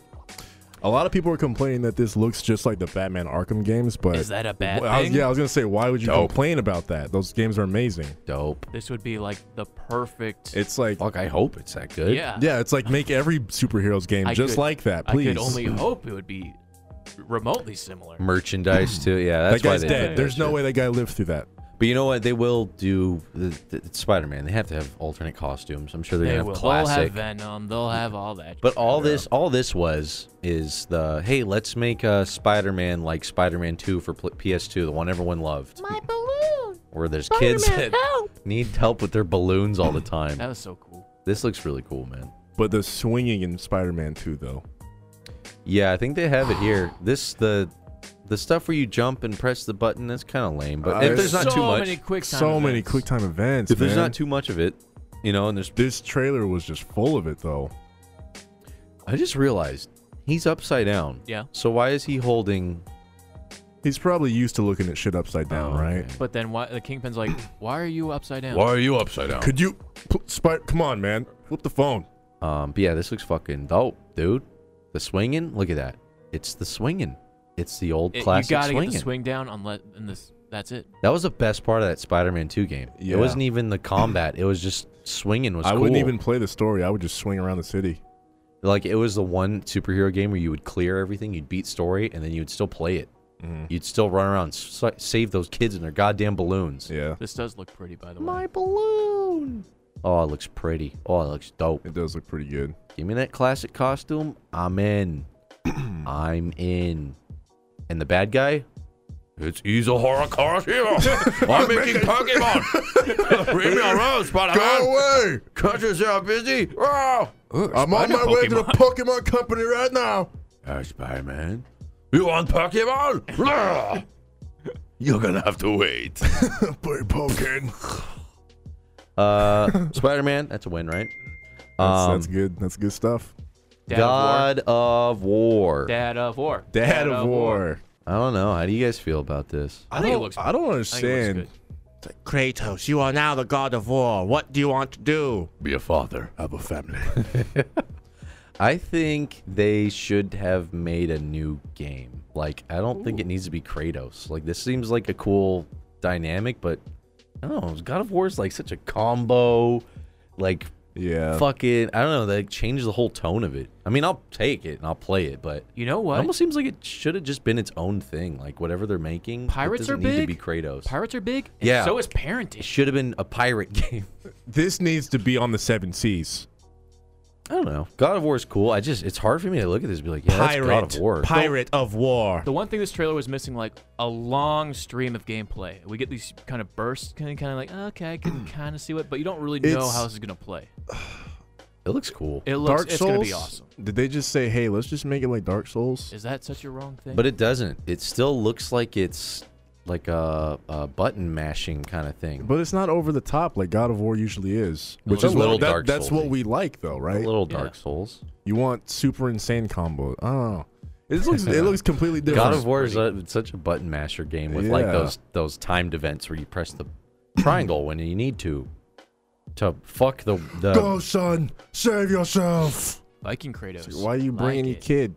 B: A lot of people are complaining that this looks just like the Batman Arkham games, but
C: Is that a bad
B: Well, I was-
C: thing?
B: yeah, I was gonna say, why would you
A: Dope.
B: complain about that? Those games are amazing.
A: dope.
C: This would be like the perfect.
B: It's like,
A: Fuck, I hope it's that good.
C: Oh, yeah.
B: yeah, it's like make every superheroes game
C: I
B: just
C: could-
B: like
A: Uh,
B: that,
C: I
B: please.
C: could only hope it would be remotely similar.
A: merchandise too. Yeah,
B: that
A: that's why
B: guy's
A: they did
B: dead.
A: that
B: There's no
A: shit.
B: way that guy lived through that.
A: But you know what? They will do the, the, it's Spider-Man. They have to have alternate costumes. I'm sure they're
C: They
A: gonna
C: will.
A: have
C: They'll have
A: classic.
C: Venom. They'll have all that.
A: but all this, all this was is the hey, let's make a Spider-Man like Spider-Man 2 for pl- PS2, the one everyone loved,
G: My balloon!
A: where there's kids
G: Spider-Man,
A: that
G: help!
A: need help with their balloons all the time.
C: that was so cool.
A: This looks really cool, man.
B: But the swinging in Spider-Man 2, though.
A: Yeah, I think they have it here. This the the stuff where you jump and press the button. That's kind of lame. But
B: Uh,
A: if there's
B: it's
A: not
C: so
A: too much,
C: many quick time
B: so many
C: events.
B: quick time events.
A: if there's
B: man.
A: not too much of it, you know, and there's
B: this trailer was just full of it, though.
A: I just realized he's upside down.
C: Yeah.
A: So why is he holding?
B: He's probably used to looking at shit upside down,
A: Oh,
B: right?
A: okay.
C: But then why, the Kingpin's like, why are you upside down?
A: are you upside down?
B: Could you, pl- Spider? Come on, man, flip the phone.
A: Um. But yeah, this looks fucking dope, dude. The swinging. Look at that. It's the swinging. It's the old
C: It-
A: classic
C: you gotta
A: swinging.
C: get the swing down unless and this that's it.
A: That was the best part of that Spider-Man 2 game.
B: Yeah.
A: It wasn't even the combat. It was just swinging was
B: I
A: cool.
B: wouldn't even play the story. I would just swing around the city.
A: like it was the one superhero game where you would clear everything, you'd beat story, and then you'd still play it.
B: Mm-hmm.
A: You'd still run around, and s- save those kids in their goddamn balloons.
B: Yeah,
C: This does look pretty, by the way.
F: My balloon.
A: Oh, it looks pretty. Oh, it looks dope.
B: it does look pretty good.
A: Give me that classic costume. I'm in. I'm in. And the bad guy? It's Izuhara Karashiro. I'm making Pokemon. Bring me a rose, Spider-Man.
B: away!
A: Countries are busy. Oh.
B: I'm on my way to the Pokemon Company right now.
A: Uh, Spider-Man? You want Pokemon? Ah. You're gonna have to wait.
B: Play Pokemon.
A: Uh, Spider-Man, that's a win, right?
B: That's,
A: Um,
B: that's good. That's good stuff.
C: Dad of War.
A: God of War.
B: Dad,
C: Dad of War.
B: of War.
A: I don't know. How do you guys feel about this?
C: I think it looks.
B: I don't
C: I think it
B: understand.
C: looks
H: Kratos, you are now the god of war. What do you want to do?
A: Be a father.
B: I have a family.
A: I think they should have made a new game. Like, I don't think it needs to be Kratos. Like, this seems like a cool dynamic, but I don't know. God of War is like such a combo, like
C: Oh.
B: Yeah.
A: fucking. I don't know. They changed the whole tone of it. I mean, I'll take it and I'll play it, but
C: You know
A: It
C: what?
A: almost seems like it should have just been its own thing. Like whatever they're making,
C: Pirates
A: it doesn't
C: are
A: need to
C: big.
A: be Kratos.
C: Pirates are big. and
A: Yeah.
C: So is
A: it
C: parenting.
A: should have been a pirate game.
B: This needs to be on the seven seas.
A: I don't know. God of War is cool. I just it's hard for me to look at this and be like, yeah,
H: Pirate.
A: that's God of War.
H: Pirate of war.
C: The one thing this trailer was missing, like a long stream of gameplay. We get these kind of bursts, kind of, kind of like, okay, I can kind of see what, but you don't really know
B: It's-
C: how this is gonna play.
A: it looks cool,
C: It looks.
B: Dark
C: it's
B: Souls.
C: gonna be awesome.
B: Did they just say, "Hey, let's just make it like Dark Souls"?
C: Is that such a wrong thing?
A: but it doesn't. It still looks like it's like a, a button mashing kind of thing.
B: But it's not over the top like God of War usually is,
A: Which is a little
B: what- that-
A: Dark
B: That's what
A: Souls-y.
B: we like, though,
A: a
B: right?
A: little
C: Yeah.
A: Dark Souls.
B: You want super insane combo. I don't know. It just looks it looks completely different.
A: God of War is a, such a button masher game with like
B: Yeah.
A: those those timed events where you press the triangle when you need to to fuck the the
B: Go, son, save yourself.
C: Viking Kratos.
B: Why are you
C: Like
B: bringing your
C: it.
B: kid?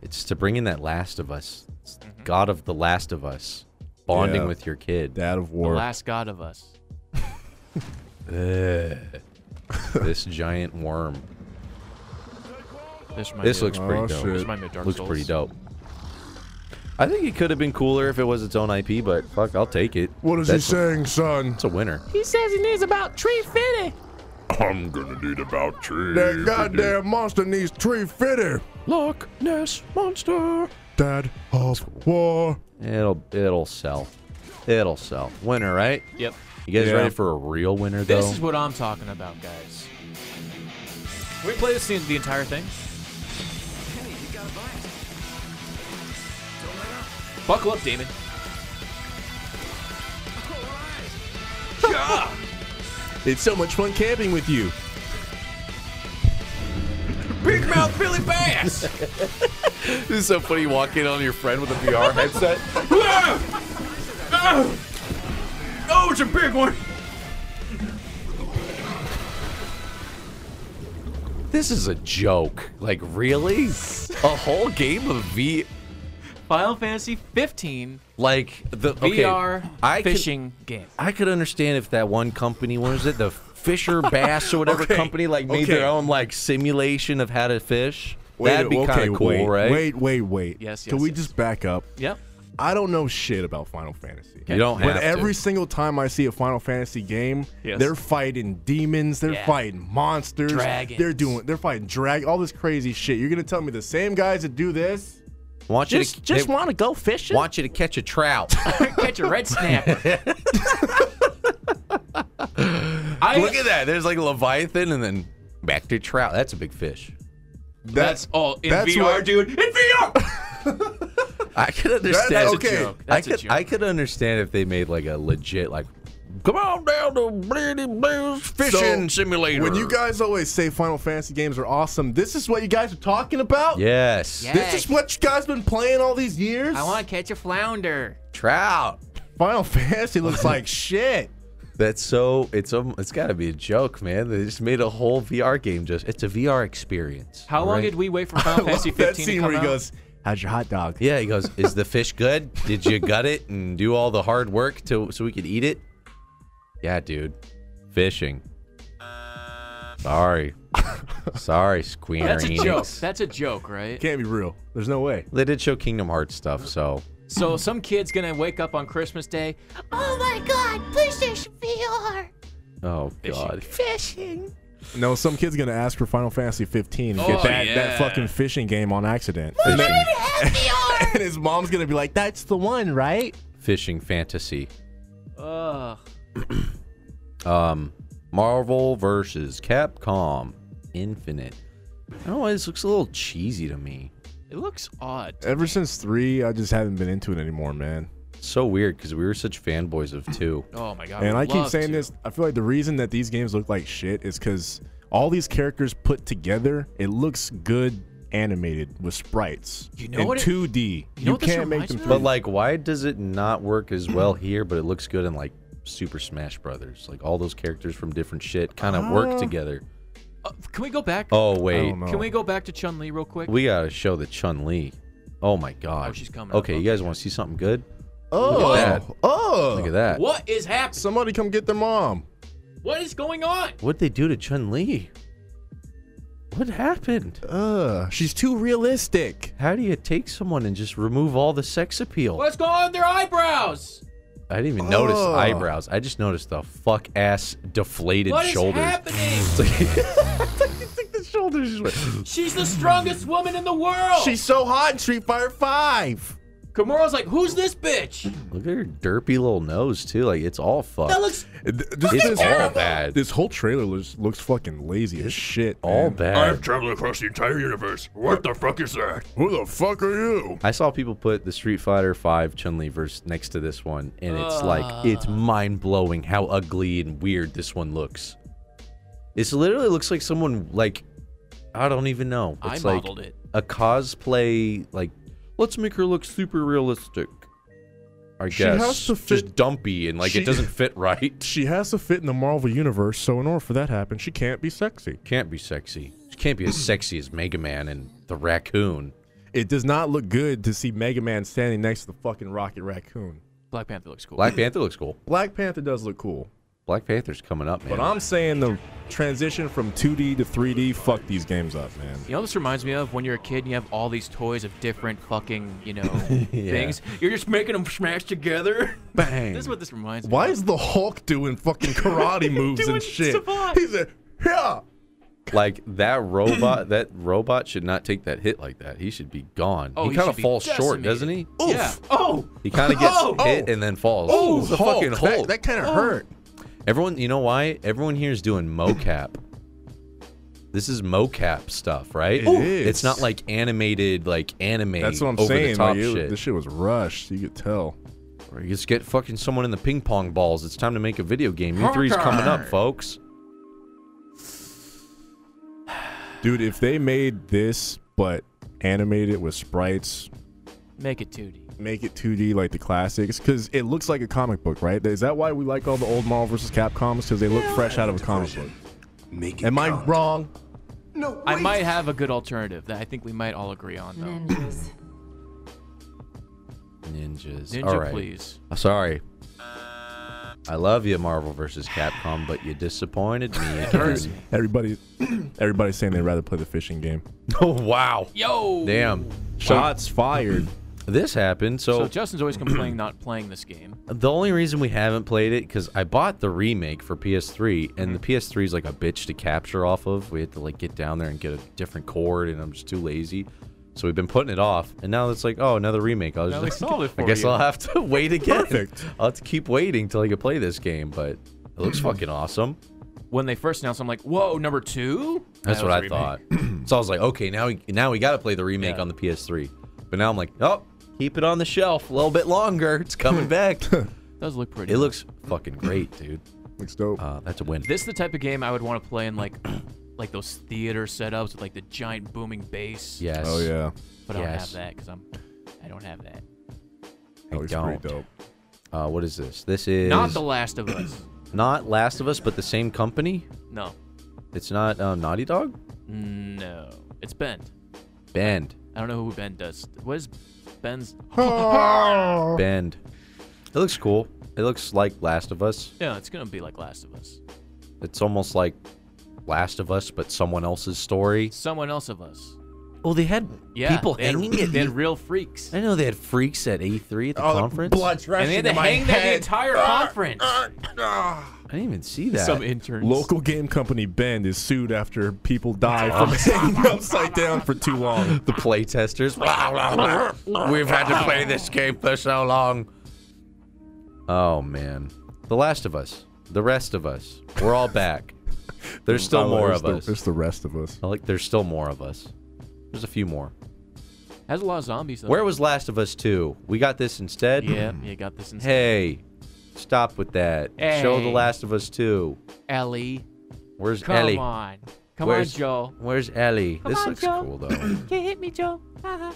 A: It's to bring in that Last of Us, It's God of the Last of Us, bonding
B: Yeah.
A: with your kid.
B: Dad of
C: The
B: War.
C: last god of us.
A: this giant worm.
C: This, reminds
A: This
C: me
A: looks pretty
B: Oh,
A: dope.
B: shit.
C: Of, this reminds me of Dark
A: Looks
C: Souls.
A: pretty dope. I think it could have been cooler if it was its own IP, but fuck, I'll take it.
B: what is
A: That's-
B: he saying, son?
A: It's a winner.
F: He says he needs about 350.
J: I'm gonna need about three.
B: That goddamn monster needs tree fitter.
A: Loch Ness monster.
B: Dad of War.
A: It'll it'll sell. It'll sell. Winner, right?
C: Yep.
A: You guys
B: Yeah.
A: ready for a real winner though?
C: This is what I'm talking about, guys. Can we play this the, the entire thing? Buckle up, Damon.
B: It's so much fun camping with you.
C: Big mouth Billy Bass.
A: this is so funny. You walk in on your friend with a VR headset.
C: oh, it's a big one.
A: This is a joke. Like really? a whole game of V
C: Final Fantasy 15
A: Like the okay,
C: VR
A: I could-
C: fishing game.
A: I could understand if that one company, what was it, the Fisher Bass or whatever
B: Okay,
A: company, like made
B: okay.
A: their own like simulation of how to fish.
B: Wait,
A: That'd be
B: okay,
A: kind of cool,
B: wait,
A: right?
B: Wait, wait, wait.
C: Yes,
B: Can
C: yes,
B: we
C: yes.
B: just back up?
C: Yep.
B: I don't know shit about Final Fantasy.
A: You don't have
B: But
A: to.
B: every single time I see a Final Fantasy game,
C: Yes.
B: they're fighting demons, they're
C: Yeah.
B: fighting monsters,
C: Dragons.
B: they're doing, they're fighting drag, all this crazy shit. You're gonna tell me the same guys that do this?
A: want you to, they
H: want to go fishing?
A: want you to catch a trout.
C: Catch a red snapper. I,
A: Look at that. There's like a leviathan, and then back to trout. That's a big fish.
C: that's all in
B: that's
C: VR,
B: what-
C: dude. In VR.
A: I could understand.
B: That's a okay.
C: joke.
A: I
C: That's a
A: could
C: joke.
A: I could understand if they made like a legit like. Come on down to Bleedy Blues fishing
B: So,
A: simulator.
B: When you guys always say Final Fantasy games are awesome, this is what you guys are talking about?
A: yes,
C: Yeah.
B: This is what you guys been playing all these years?
C: to catch a flounder.
A: trout.
B: Final Fantasy looks like shit.
A: That's so it's um it's got to be a joke, man. They just made a whole VR game. Just it's a VR experience.
C: How long did we wait for Final Fantasy
B: That
C: 15 to
B: scene where
C: come
B: he
C: out?
B: goes,
H: How's your hot dog?
A: Yeah, he goes, "Is the fish good? Did you gut it and do all the hard work to so we could eat it?" Yeah, dude. Fishing. Sorry. Sorry, Squeener
C: That's a
A: Enix.
C: joke. That's a joke, right?
B: Can't be real. There's no way.
A: They did show Kingdom Hearts stuff, so
C: So some kid's gonna wake up on Christmas Day.
G: Oh my god, PlayStation VR!
A: oh god.
G: Fishing!
B: No, some kid's gonna ask for Final Fantasy 15 and get
C: Oh,
B: that,
C: yeah.
B: that fucking fishing game on accident. And, then- and his mom's gonna be like, "That's the one, right?"
A: Fishing fantasy.
C: Ugh.
A: Um, Marvel versus Capcom Infinite. I don't know. why This looks a little cheesy to me.
C: It looks odd.
B: Ever since three, I just haven't been into it anymore, man.
A: It's so weird because we were such fanboys of two.
C: Oh my god.
B: and
C: I
B: I
C: would
B: keep
C: love
B: saying
C: to.
B: this. I feel like the reason that these games look like shit is because all these characters put together, it looks good animated with sprites.
C: You know
B: in
C: what it-
B: 2D. You,
C: know what this
B: can't make
C: reminds
B: them.
C: me of?
A: But like, why does it not work as well here? But it looks good in like Super Smash Brothers. Like all those characters from different shit kind of work together.
C: Uh, can we go back?
A: Oh
B: I
A: wait,
B: don't know.
C: Can we go back to Chun Li real quick?
A: we gotta show the Chun Li. Oh my god.
C: Oh, she's coming up.
A: Okay, you
C: Okay,
A: guys want to see something good?
B: Oh,
A: Look at that.
B: oh!
A: Look at that. Uh, What?
C: what is happening?
B: Somebody come get their mom.
C: What is going on?
A: What'd they do to Chun Li? What happened?
B: Ugh, she's too realistic.
A: How do you take someone and just remove all the sex appeal?
C: What's going on with their eyebrows?
A: I didn't even notice
B: Oh.
A: eyebrows. I just noticed the fuck ass deflated
C: What is
A: shoulders.
C: happening?
B: The shoulders just went.
C: She's the strongest woman in the world.
B: She's so hot in Street Fighter Five.
C: Kamura's like, who's this bitch?
A: Look at her derpy little nose too. Like it's all fucked.
C: That looks.
A: it's all bad.
B: This whole trailer looks, looks fucking lazy as shit.
A: all
B: man.
A: bad.
J: I've traveled across the entire universe. What the fuck is that? Who the fuck are you?
A: I saw people put the Street Fighter Five Chun Li verse next to this one, and it's like it's mind blowing how ugly and weird this one looks. It's literally looks like someone like I don't even know.
C: I
A: It's like
C: modeled it.
A: a cosplay like let's make her look super realistic. I
B: She
A: guess
B: has to
A: just
B: fit-
A: dumpy and like
B: She-
A: it doesn't fit right.
B: She has to fit in the Marvel universe, so in order for that to happen, she can't be sexy.
A: Can't be sexy. She can't be as sexy as Mega Man and the raccoon.
B: It does not look good to see Mega Man standing next to the fucking Rocket Raccoon.
C: Black Panther looks cool.
A: Black Panther looks cool.
B: Black Panther does look cool,
A: Black Panther's coming up, man.
B: but I'm saying the transition from 2D to 3D fucked these games up, man.
C: You know, what this reminds me of when you're a kid and you have all these toys of different fucking, you know, things. You're just making them smash together.
B: Bang.
C: This is what this reminds me.
B: Why
C: of.
B: is the Hulk doing fucking karate moves
C: Doing
B: and shit?
C: savant.
B: He's a yeah.
A: Like that robot, that robot should not take that hit like that. He should be gone.
C: Oh,
A: he,
C: he
A: kind
C: should
A: of
C: be
A: falls short,
C: decimated.
A: doesn't he?
C: Yeah. Oh.
A: He kind of gets
C: Oh!
A: hit and then falls.
B: Oh,
A: He's a
B: Hulk.
A: fucking
B: That-
A: Hulk. Oh.
B: That, kind of hurt.
A: Everyone, you know why? Everyone here is doing mocap. This is mocap stuff, right?
B: It Ooh. is.
A: It's not like animated, like anime.
B: That's what I'm
A: over
B: saying.
A: The top
B: like, it-
A: shit.
B: This shit was rushed. You could tell.
A: Or you just get fucking someone in the ping pong balls. It's time to make a video game. U3's coming up, folks.
B: Dude, if they made this but animate it with sprites,
C: Make it 2D.
B: make it 2D like the classics, because it looks like a comic book, right? Is that why we like all the old Marvel versus Capcoms? Because they look fresh out of a comic book.
J: Make
B: Am I wrong?
J: No,
C: I might have a good alternative that I think we might all agree on, though.
G: Ninjas.
A: Ninjas.
C: Ninja,
A: All right.
C: please.
A: I'm Sorry. I love you, Marvel versus Capcom, but you disappointed me. again.
B: Everybody, everybody's saying they'd rather play the fishing game.
A: oh wow!
C: Yo.
A: Damn.
B: Shots fired.
A: This happened.
C: So
A: So,
C: Justin's always complaining not playing this game.
A: the only reason we haven't played it because I bought the remake for PS3, and the
C: Mm-hmm.
A: PS3 is like a bitch to capture off of. We had to like get down there and get a different cord, and I'm just too lazy. So we've been putting it off, and now it's like, oh, another remake. I was
C: Now
A: just
C: they
A: like,
C: solved it
A: I
C: for
A: guess
C: you.
A: I'll have to wait again.
B: Perfect.
A: I'll have to keep waiting till I can play this game, but it looks fucking awesome.
C: When they first announced, I'm like, whoa, number two?
A: That's
C: That
A: what I
C: was a remake.
A: thought. so I was like, okay, now we now we got to play the remake
C: Yeah.
A: on the PS3. But now I'm like, oh, keep it on the shelf a little bit longer. It's coming back.
C: Does look pretty.
A: it looks fucking great, dude.
B: Looks dope.
A: Uh, that's a win.
C: This is the type of game I would want to play in like, like those theater setups with like the giant booming bass.
A: yes.
B: oh yeah.
C: But I don't
A: Yes.
C: have that because I'm, I don't have that.
B: That looks
A: don't.
B: pretty dope.
A: Uh, what is this? This is
C: Not The Last of Us.
A: not Last of Us, but the same company. uh,
C: No.
A: It's not um, Naughty Dog.
C: No. It's Bend.
A: Bend.
C: I don't know who Ben does. What is Ben's?
B: Oh.
A: Bend. It looks cool. It looks like Last of Us.
C: Yeah, it's gonna be like Last of Us.
A: It's almost like Last of Us, but someone else's story.
C: Someone else of us.
A: Oh, they had
C: Yeah,
A: people
C: they had-
A: hanging it.
C: They had real freaks.
A: I know they had freaks at E3 at the
C: Oh,
A: conference.
H: Blood's
C: And they
H: rushing
C: had
H: to
C: to
H: my
C: hang there the
H: head.
C: entire conference.
A: I didn't even see that.
C: Some interns.
B: Local game company Bend is sued after people die from hanging upside down for too long.
A: the playtesters. We've had to play this game for so long. Oh man, The Last of Us, the rest of us, we're all back. There's still more of
B: There's the-
A: us.
B: There's the rest of us.
A: I like there's still more of us. There's a few more.
C: Has a lot of zombies though.
A: Where was Last of Us 2? We got this instead.
C: Yeah, you got this instead.
A: Hey, stop with that. Show The
C: Hey.
A: Last of Us 2.
C: Ellie,
A: Where's
C: come
A: Ellie?
C: on, come
A: Where's-
C: on, Joel.
A: Where's Ellie? this
F: on,
A: looks
F: Joe.
A: cool though.
F: Can't hit me, Joe. Haha.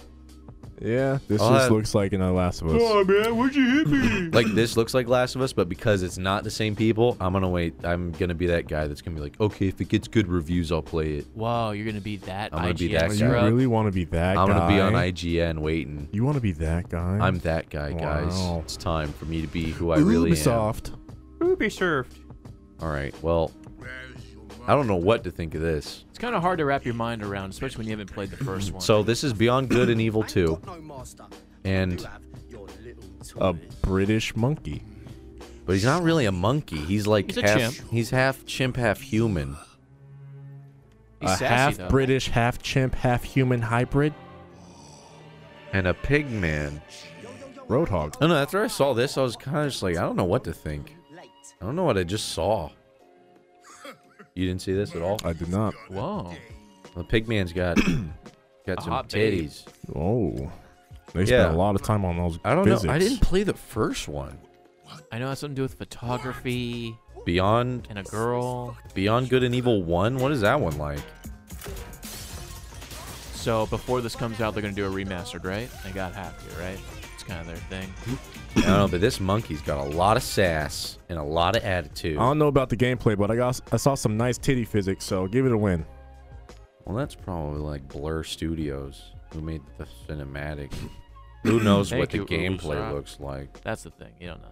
B: Yeah, this
A: I'll
B: just
A: have-
B: looks like in The Last of Us.
J: man, where'd you hit me?
A: like this looks like Last of Us, but because it's not the same people, I'm gonna wait. I'm gonna be that guy that's gonna be like, okay, if it gets good reviews, I'll play it.
C: Whoa, you're gonna be that.
A: I'm gonna be
C: IGN
A: that
B: you
A: guy.
C: scrub.
B: really want to be that
A: I'm
B: guy?
A: gonna be on IGN waiting.
B: You want to be that guy?
A: I'm that guy, guys.
B: Wow.
A: It's time for me to be who I really am.
B: Ubisoft.
A: All right. Well, I don't know what to think of this.
C: It's kind of hard to wrap your mind around, especially when you haven't played the first one.
A: So this is Beyond Good and Evil 2, and
B: A British monkey.
A: but he's not really a monkey. He's like
C: He's a
A: half.
C: chimp.
A: He's half chimp, half human.
C: He's
B: a
C: sassy,
B: half
C: though.
B: British, half chimp, half human hybrid.
A: And a pig man.
B: Roadhog.
A: I don't know. After I saw this, I was kind of just like, I don't know what to think. I don't know what I just saw. You didn't see this at all?
B: I did not.
C: Whoa.
A: The pigman's got got
C: A
A: some
C: hot babe.
A: titties.
B: Oh. They
A: Yeah.
B: spent a lot of time on those.
A: I don't
B: physics.
A: know. I didn't play the first one.
C: I know it has something to do with photography
A: Beyond
C: and a girl.
A: Beyond Good and Evil One. What is that one like?
C: So before this comes out, they're gonna do a remastered, right? They got half to, right? It's kind of their thing.
A: I don't know. But this monkey's got a lot of sass and a lot of attitude.
C: Uh,
B: I don't know about the gameplay, but I got I saw some nice titty physics, so give it a win.
A: Well, that's probably like Blur Studios who made the cinematic. Who knows what
C: Thank
A: the
C: you,
A: gameplay
C: Ubisoft.
A: looks like?
C: That's the thing. You don't know.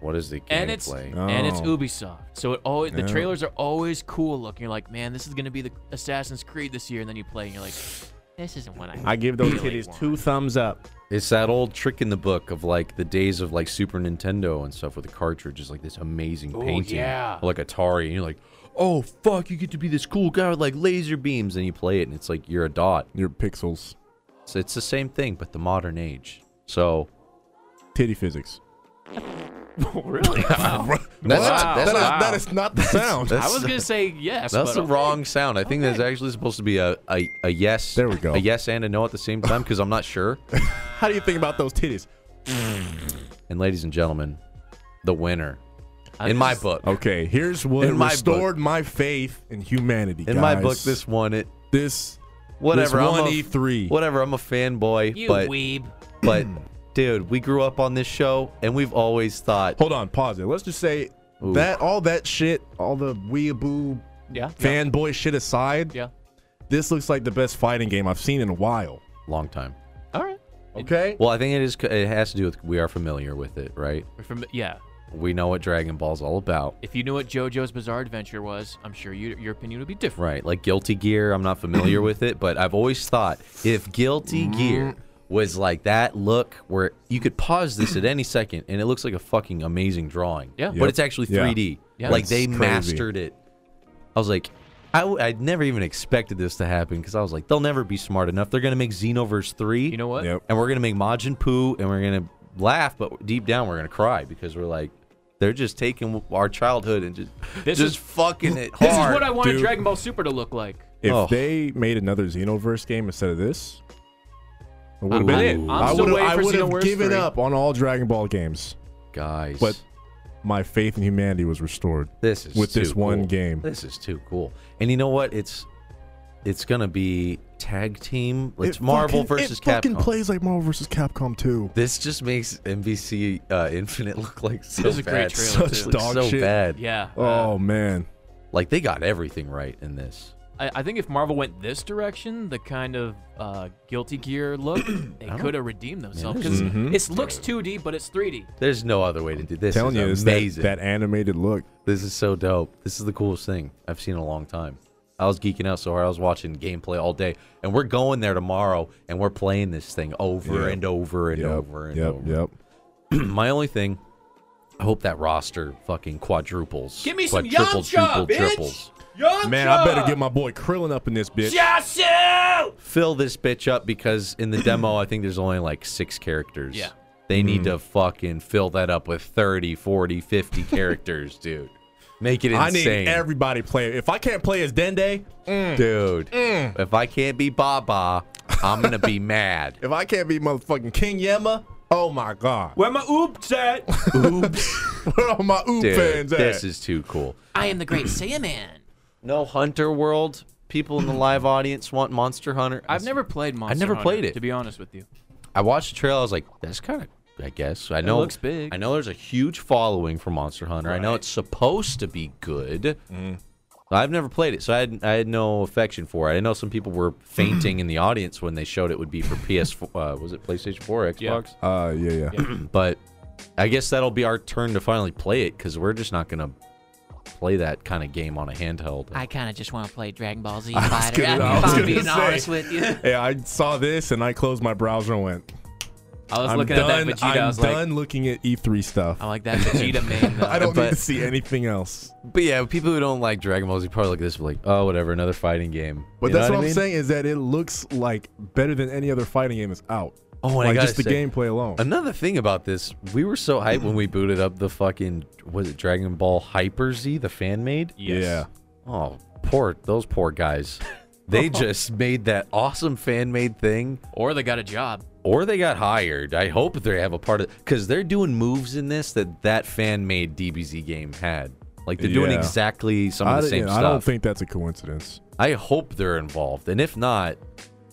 A: What is the gameplay?
C: And it's and it's
B: Oh.
C: Ubisoft, so it always the
B: Yeah.
C: trailers are always cool looking. You're like, man, this is gonna be the Assassin's Creed this year, and then you play, and you're like, this isn't what I.
B: I give those
C: really
B: titties
C: want.
B: two thumbs up.
A: It's that old trick in the book of like the days of like Super Nintendo and stuff with the cartridge is like this amazing painting.
C: yeah.
A: of, Like Atari. And you're like, oh, fuck, you get to be this cool guy with like laser beams. And you play it and it's like you're a dot.
B: Your pixels,
A: It's, it's the same thing, but the modern age. So
B: titty physics.
C: really?
A: that's,
C: Wow.
A: that's,
C: That
A: that's,
C: is- that is
B: not the sound.
A: that's,
C: I was gonna say yes.
A: that's
C: but
A: the
C: okay.
A: wrong sound. I think that's actually supposed to be a, a, a yes.
B: There we go.
A: A yes and a no at the same time because I'm not sure.
B: How do you think about those titties?
A: and ladies and gentlemen, the winner
C: I
A: in my
C: just-
A: book.
B: Okay, here's what
A: In my
B: restored my faith in humanity.
A: In my
B: guys.
A: book, this won it.
B: this
A: Whatever.
B: This
A: I'm
B: one E
A: a-
B: E3.
A: Whatever. I'm a fanboy.
C: You
A: but
C: weeb.
A: But dude, we grew up on this show and we've always thought
B: Hold on, pause it. Let's just say
A: Ooh.
B: that all that shit, all the weeaboo
C: Yeah.
B: fanboy shit aside,
C: Yeah.
B: this looks like the best fighting game I've seen in a while.
A: long time.
C: All right.
B: Okay.
A: Well, I think it is it has to do with we are familiar with it, right?
C: We're From, yeah.
A: We know what Dragon Ball's all about.
C: If you knew what JoJo's Bizarre Adventure was, I'm sure you, your opinion would be different.
A: Right. Like Guilty Gear, I'm not familiar with it, but I've always thought if Guilty
B: Mm-hmm.
A: Gear was like that look where you could pause this at any second and it looks like a fucking amazing drawing.
C: Yeah.
A: But it's actually
B: Yeah.
A: 3D.
C: Yeah.
A: Like
B: It's
A: they
B: crazy.
A: mastered it. I was like, I w- I'd never even expected this to happen because I was like, they'll never be smart enough. They're going to make Xenoverse 3.
C: You know what?
B: Yep.
A: and we're gonna make Majin Pooh, and we're gonna laugh, but deep down we're gonna cry because we're like, they're just taking our childhood and just
C: This
A: just
C: is-
A: fucking it hard.
C: This is what I wanted
B: dude.
C: Dragon Ball Super to look like.
B: If
A: Oh.
B: they made another Xenoverse game instead of this, it would
C: I'm-
B: have been
C: I'm-
B: it.
C: I'm
B: I
C: still
B: would have,
C: waiting
B: I
C: for
B: would have
C: Xenoverse
B: given
C: 3.
B: up on all Dragon Ball games.
A: guys.
B: But my faith in humanity was restored.
A: this is
B: with this
A: too
B: one
A: cool.
B: game.
A: This is too cool. And you know what? It's it's gonna be tag team. It's
B: It
A: Marvel
B: fucking-
A: versus
B: it fucking
A: Capcom.
B: plays like Marvel versus Capcom 2.
A: This just makes NBC uh, Infinite look like so
C: This is a
A: bad.
C: great trailer,
A: Such
B: too.
A: dog
B: dog
A: so
B: shit.
A: bad.
C: Yeah. uh,
B: Oh man.
A: Like they got everything right in this.
C: I, I think if Marvel went this direction, the kind of uh, Guilty Gear look, they could have redeemed themselves because
A: Mm-hmm.
C: it looks 2D, but it's 3D.
A: There's no other way to do this.
B: telling you,
A: is
B: it's that-
A: amazing.
B: that, animated look.
A: This is so dope. This is the coolest thing I've seen in a long time. I was geeking out so hard. I was watching gameplay all day, and we're going there tomorrow, and we're playing this thing over
B: Yep.
A: and over and
B: Yep,
A: over and
B: yep,
A: over.
B: yep.
A: My only thing, I hope that roster fucking quadruples.
C: Give me some
A: Quadruple,
C: Yamcha,
A: triple,
C: bitch!
A: triples.
B: Man, I better get my boy Krillin up in this bitch.
A: Fill this bitch up because in the demo, I think there's only like six characters.
C: Yeah.
A: They need to fucking fill that up with 30, 40, 50 characters, dude. Make it
B: I
A: insane.
B: need everybody play. If I can't play as Dende,
A: Dude,
C: Mm.
A: if I can't be Baba, I'm gonna be mad.
B: if I can't be motherfucking King Yemma, oh my god,
C: Where my oops at?
B: where are my oop
A: Dude,
B: fans at?
A: this is too cool.
C: I am the great Saiyaman.
A: No Hunter World. People in the live audience want Monster Hunter.
C: I've never played Monster
A: never
C: Hunter,
A: played it.
C: To be honest with you,
A: I watched the trailer. I was like, that's kind of. I guess I know
C: looks big.
A: I know there's a huge following for Monster Hunter. I know it's supposed to be good.
B: Mm-hmm.
A: I've never played it, so I had, I had no affection for it. I know some people were fainting in the audience when they showed it would be for PS4. Uh, was it PlayStation 4, or Xbox?
B: uh, yeah, yeah.
A: but I guess that'll be our turn to finally play it because we're just not gonna play that kind of game on a handheld.
K: I kind of just want to play Dragon Ball Z
B: was
K: Fighter.
B: gonna- I
K: if
B: was
K: I'm
B: gonna
K: being
B: say.
K: honest with you.
B: Yeah, I saw this and I closed my browser and went.
C: I was
B: I'm
C: looking
B: done.
C: at that Vegeta.
B: I'm
C: I was like,
B: done looking at E3 stuff.
C: I like that Vegeta man. Though.
B: I don't need to
A: Oh, but-
B: see anything else.
A: But yeah, people who don't like Dragon Ball Z probably look at this and be like, oh, whatever, another fighting game.
B: But
A: You know
B: that's what,
A: I
B: I'm
A: mean?
B: saying is that it looks like better than any other fighting game is out.
A: Oh, and I
B: like
A: gotta
B: just the
A: say-
B: gameplay alone.
A: Another thing about this, we were so hyped when we booted up the fucking was it Dragon Ball Hyper Z, the fan made.
B: Yeah.
A: Oh, poor those poor guys. They just made that awesome fan made thing
C: or they got a job.
A: or they got hired. I hope they have a part of because they're doing moves in this that that fan made DBZ game had. Like they're doing
B: Yeah.
A: exactly some
B: I,
A: of the same
B: yeah,
A: stuff.
B: I don't think that's a coincidence.
A: I hope they're involved, and if not,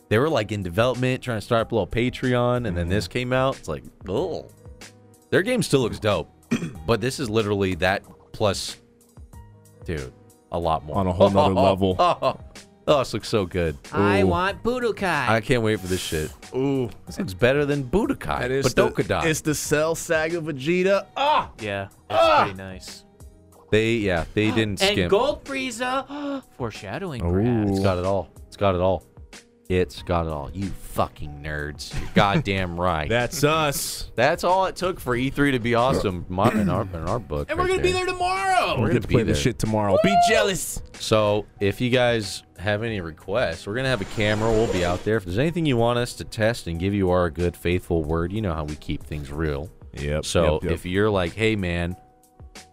A: they were like in development, trying to start up a little Patreon, and then
B: Mm-hmm.
A: this came out. It's like, oh, their game still looks dope, but this is literally that plus, dude, a lot more
B: On a whole nother level.
A: Oh, this looks so good.
K: I want Budokai.
A: I can't wait for this shit.
B: Ooh,
A: This looks better than Budokai,
B: that is
A: but Dokudai.
B: It's the Cell Saga Vegeta. Ah,
C: Yeah, that's pretty nice.
A: They yeah, they didn't
K: and
A: skimp.
K: Gold Frieza.
C: Foreshadowing,
A: It's
C: perhaps.
A: got it all. It's got it all. It's got it all. You fucking nerds. You're goddamn right.
B: that's us.
A: That's all it took for E3 to be awesome my, in, our, in our book.
C: And we're
A: right
C: gonna be there tomorrow.
A: We're
B: We're
A: gonna
B: gonna
A: be
B: play
A: there.
B: this shit tomorrow. Be jealous.
A: So if you guys have any requests, we're gonna have a camera. We'll be out there. If there's anything you want us to test and give you our good faithful word, you know how we keep things real.
B: Yep.
A: So
B: yep, yep.
A: if you're like, hey man,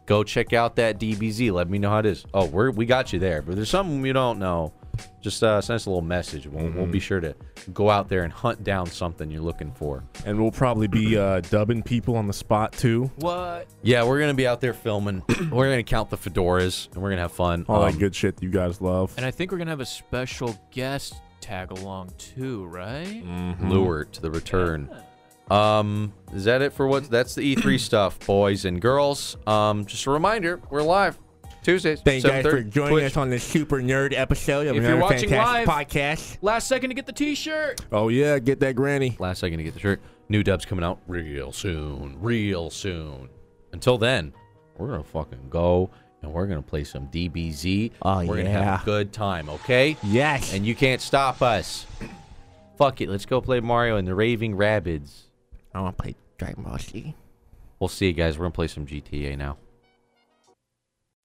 A: go check out that DBZ. Let me know how it is. Oh, we're we got you there. But there's something you don't know. Just uh, send us a little message. We'll, we'll
H: Mm-hmm.
A: be sure to go out there and hunt down something you're looking for.
B: and we'll probably be uh, dubbing people on the spot too.
C: What?
A: Yeah, we're gonna be out there filming. we're gonna count the fedoras and we're gonna have fun.
H: Oh,
B: All
A: Um,
B: that good shit that you guys love.
C: And I think we're gonna have a special guest tag along too, right?
B: Mm.
H: Mm-hmm.
A: lure to the return. Um, is that it for what? That's the E3 stuff, boys and girls. Um, just a reminder, we're live Tuesdays.
H: Thank you guys for
A: 7:30,
H: joining
A: Twitch.
H: us on this super nerd episode of
C: If you're
H: another
C: watching
H: fantastic
C: live-
H: podcast.
C: Last second to get the T-shirt.
B: oh yeah, get that granny.
A: Last second to get the shirt. New dubs coming out real soon, real soon. Until then, we're gonna fucking go and we're gonna play some DBZ.
H: Oh,
A: we're gonna have
H: yeah.
A: a good time, okay?
H: Yes.
A: And you can't stop us. Fuck it, let's go play Mario and the Raving Rabbids.
H: I want to play Dragon Ball Z.
A: We'll see you guys. We're gonna play some GTA now.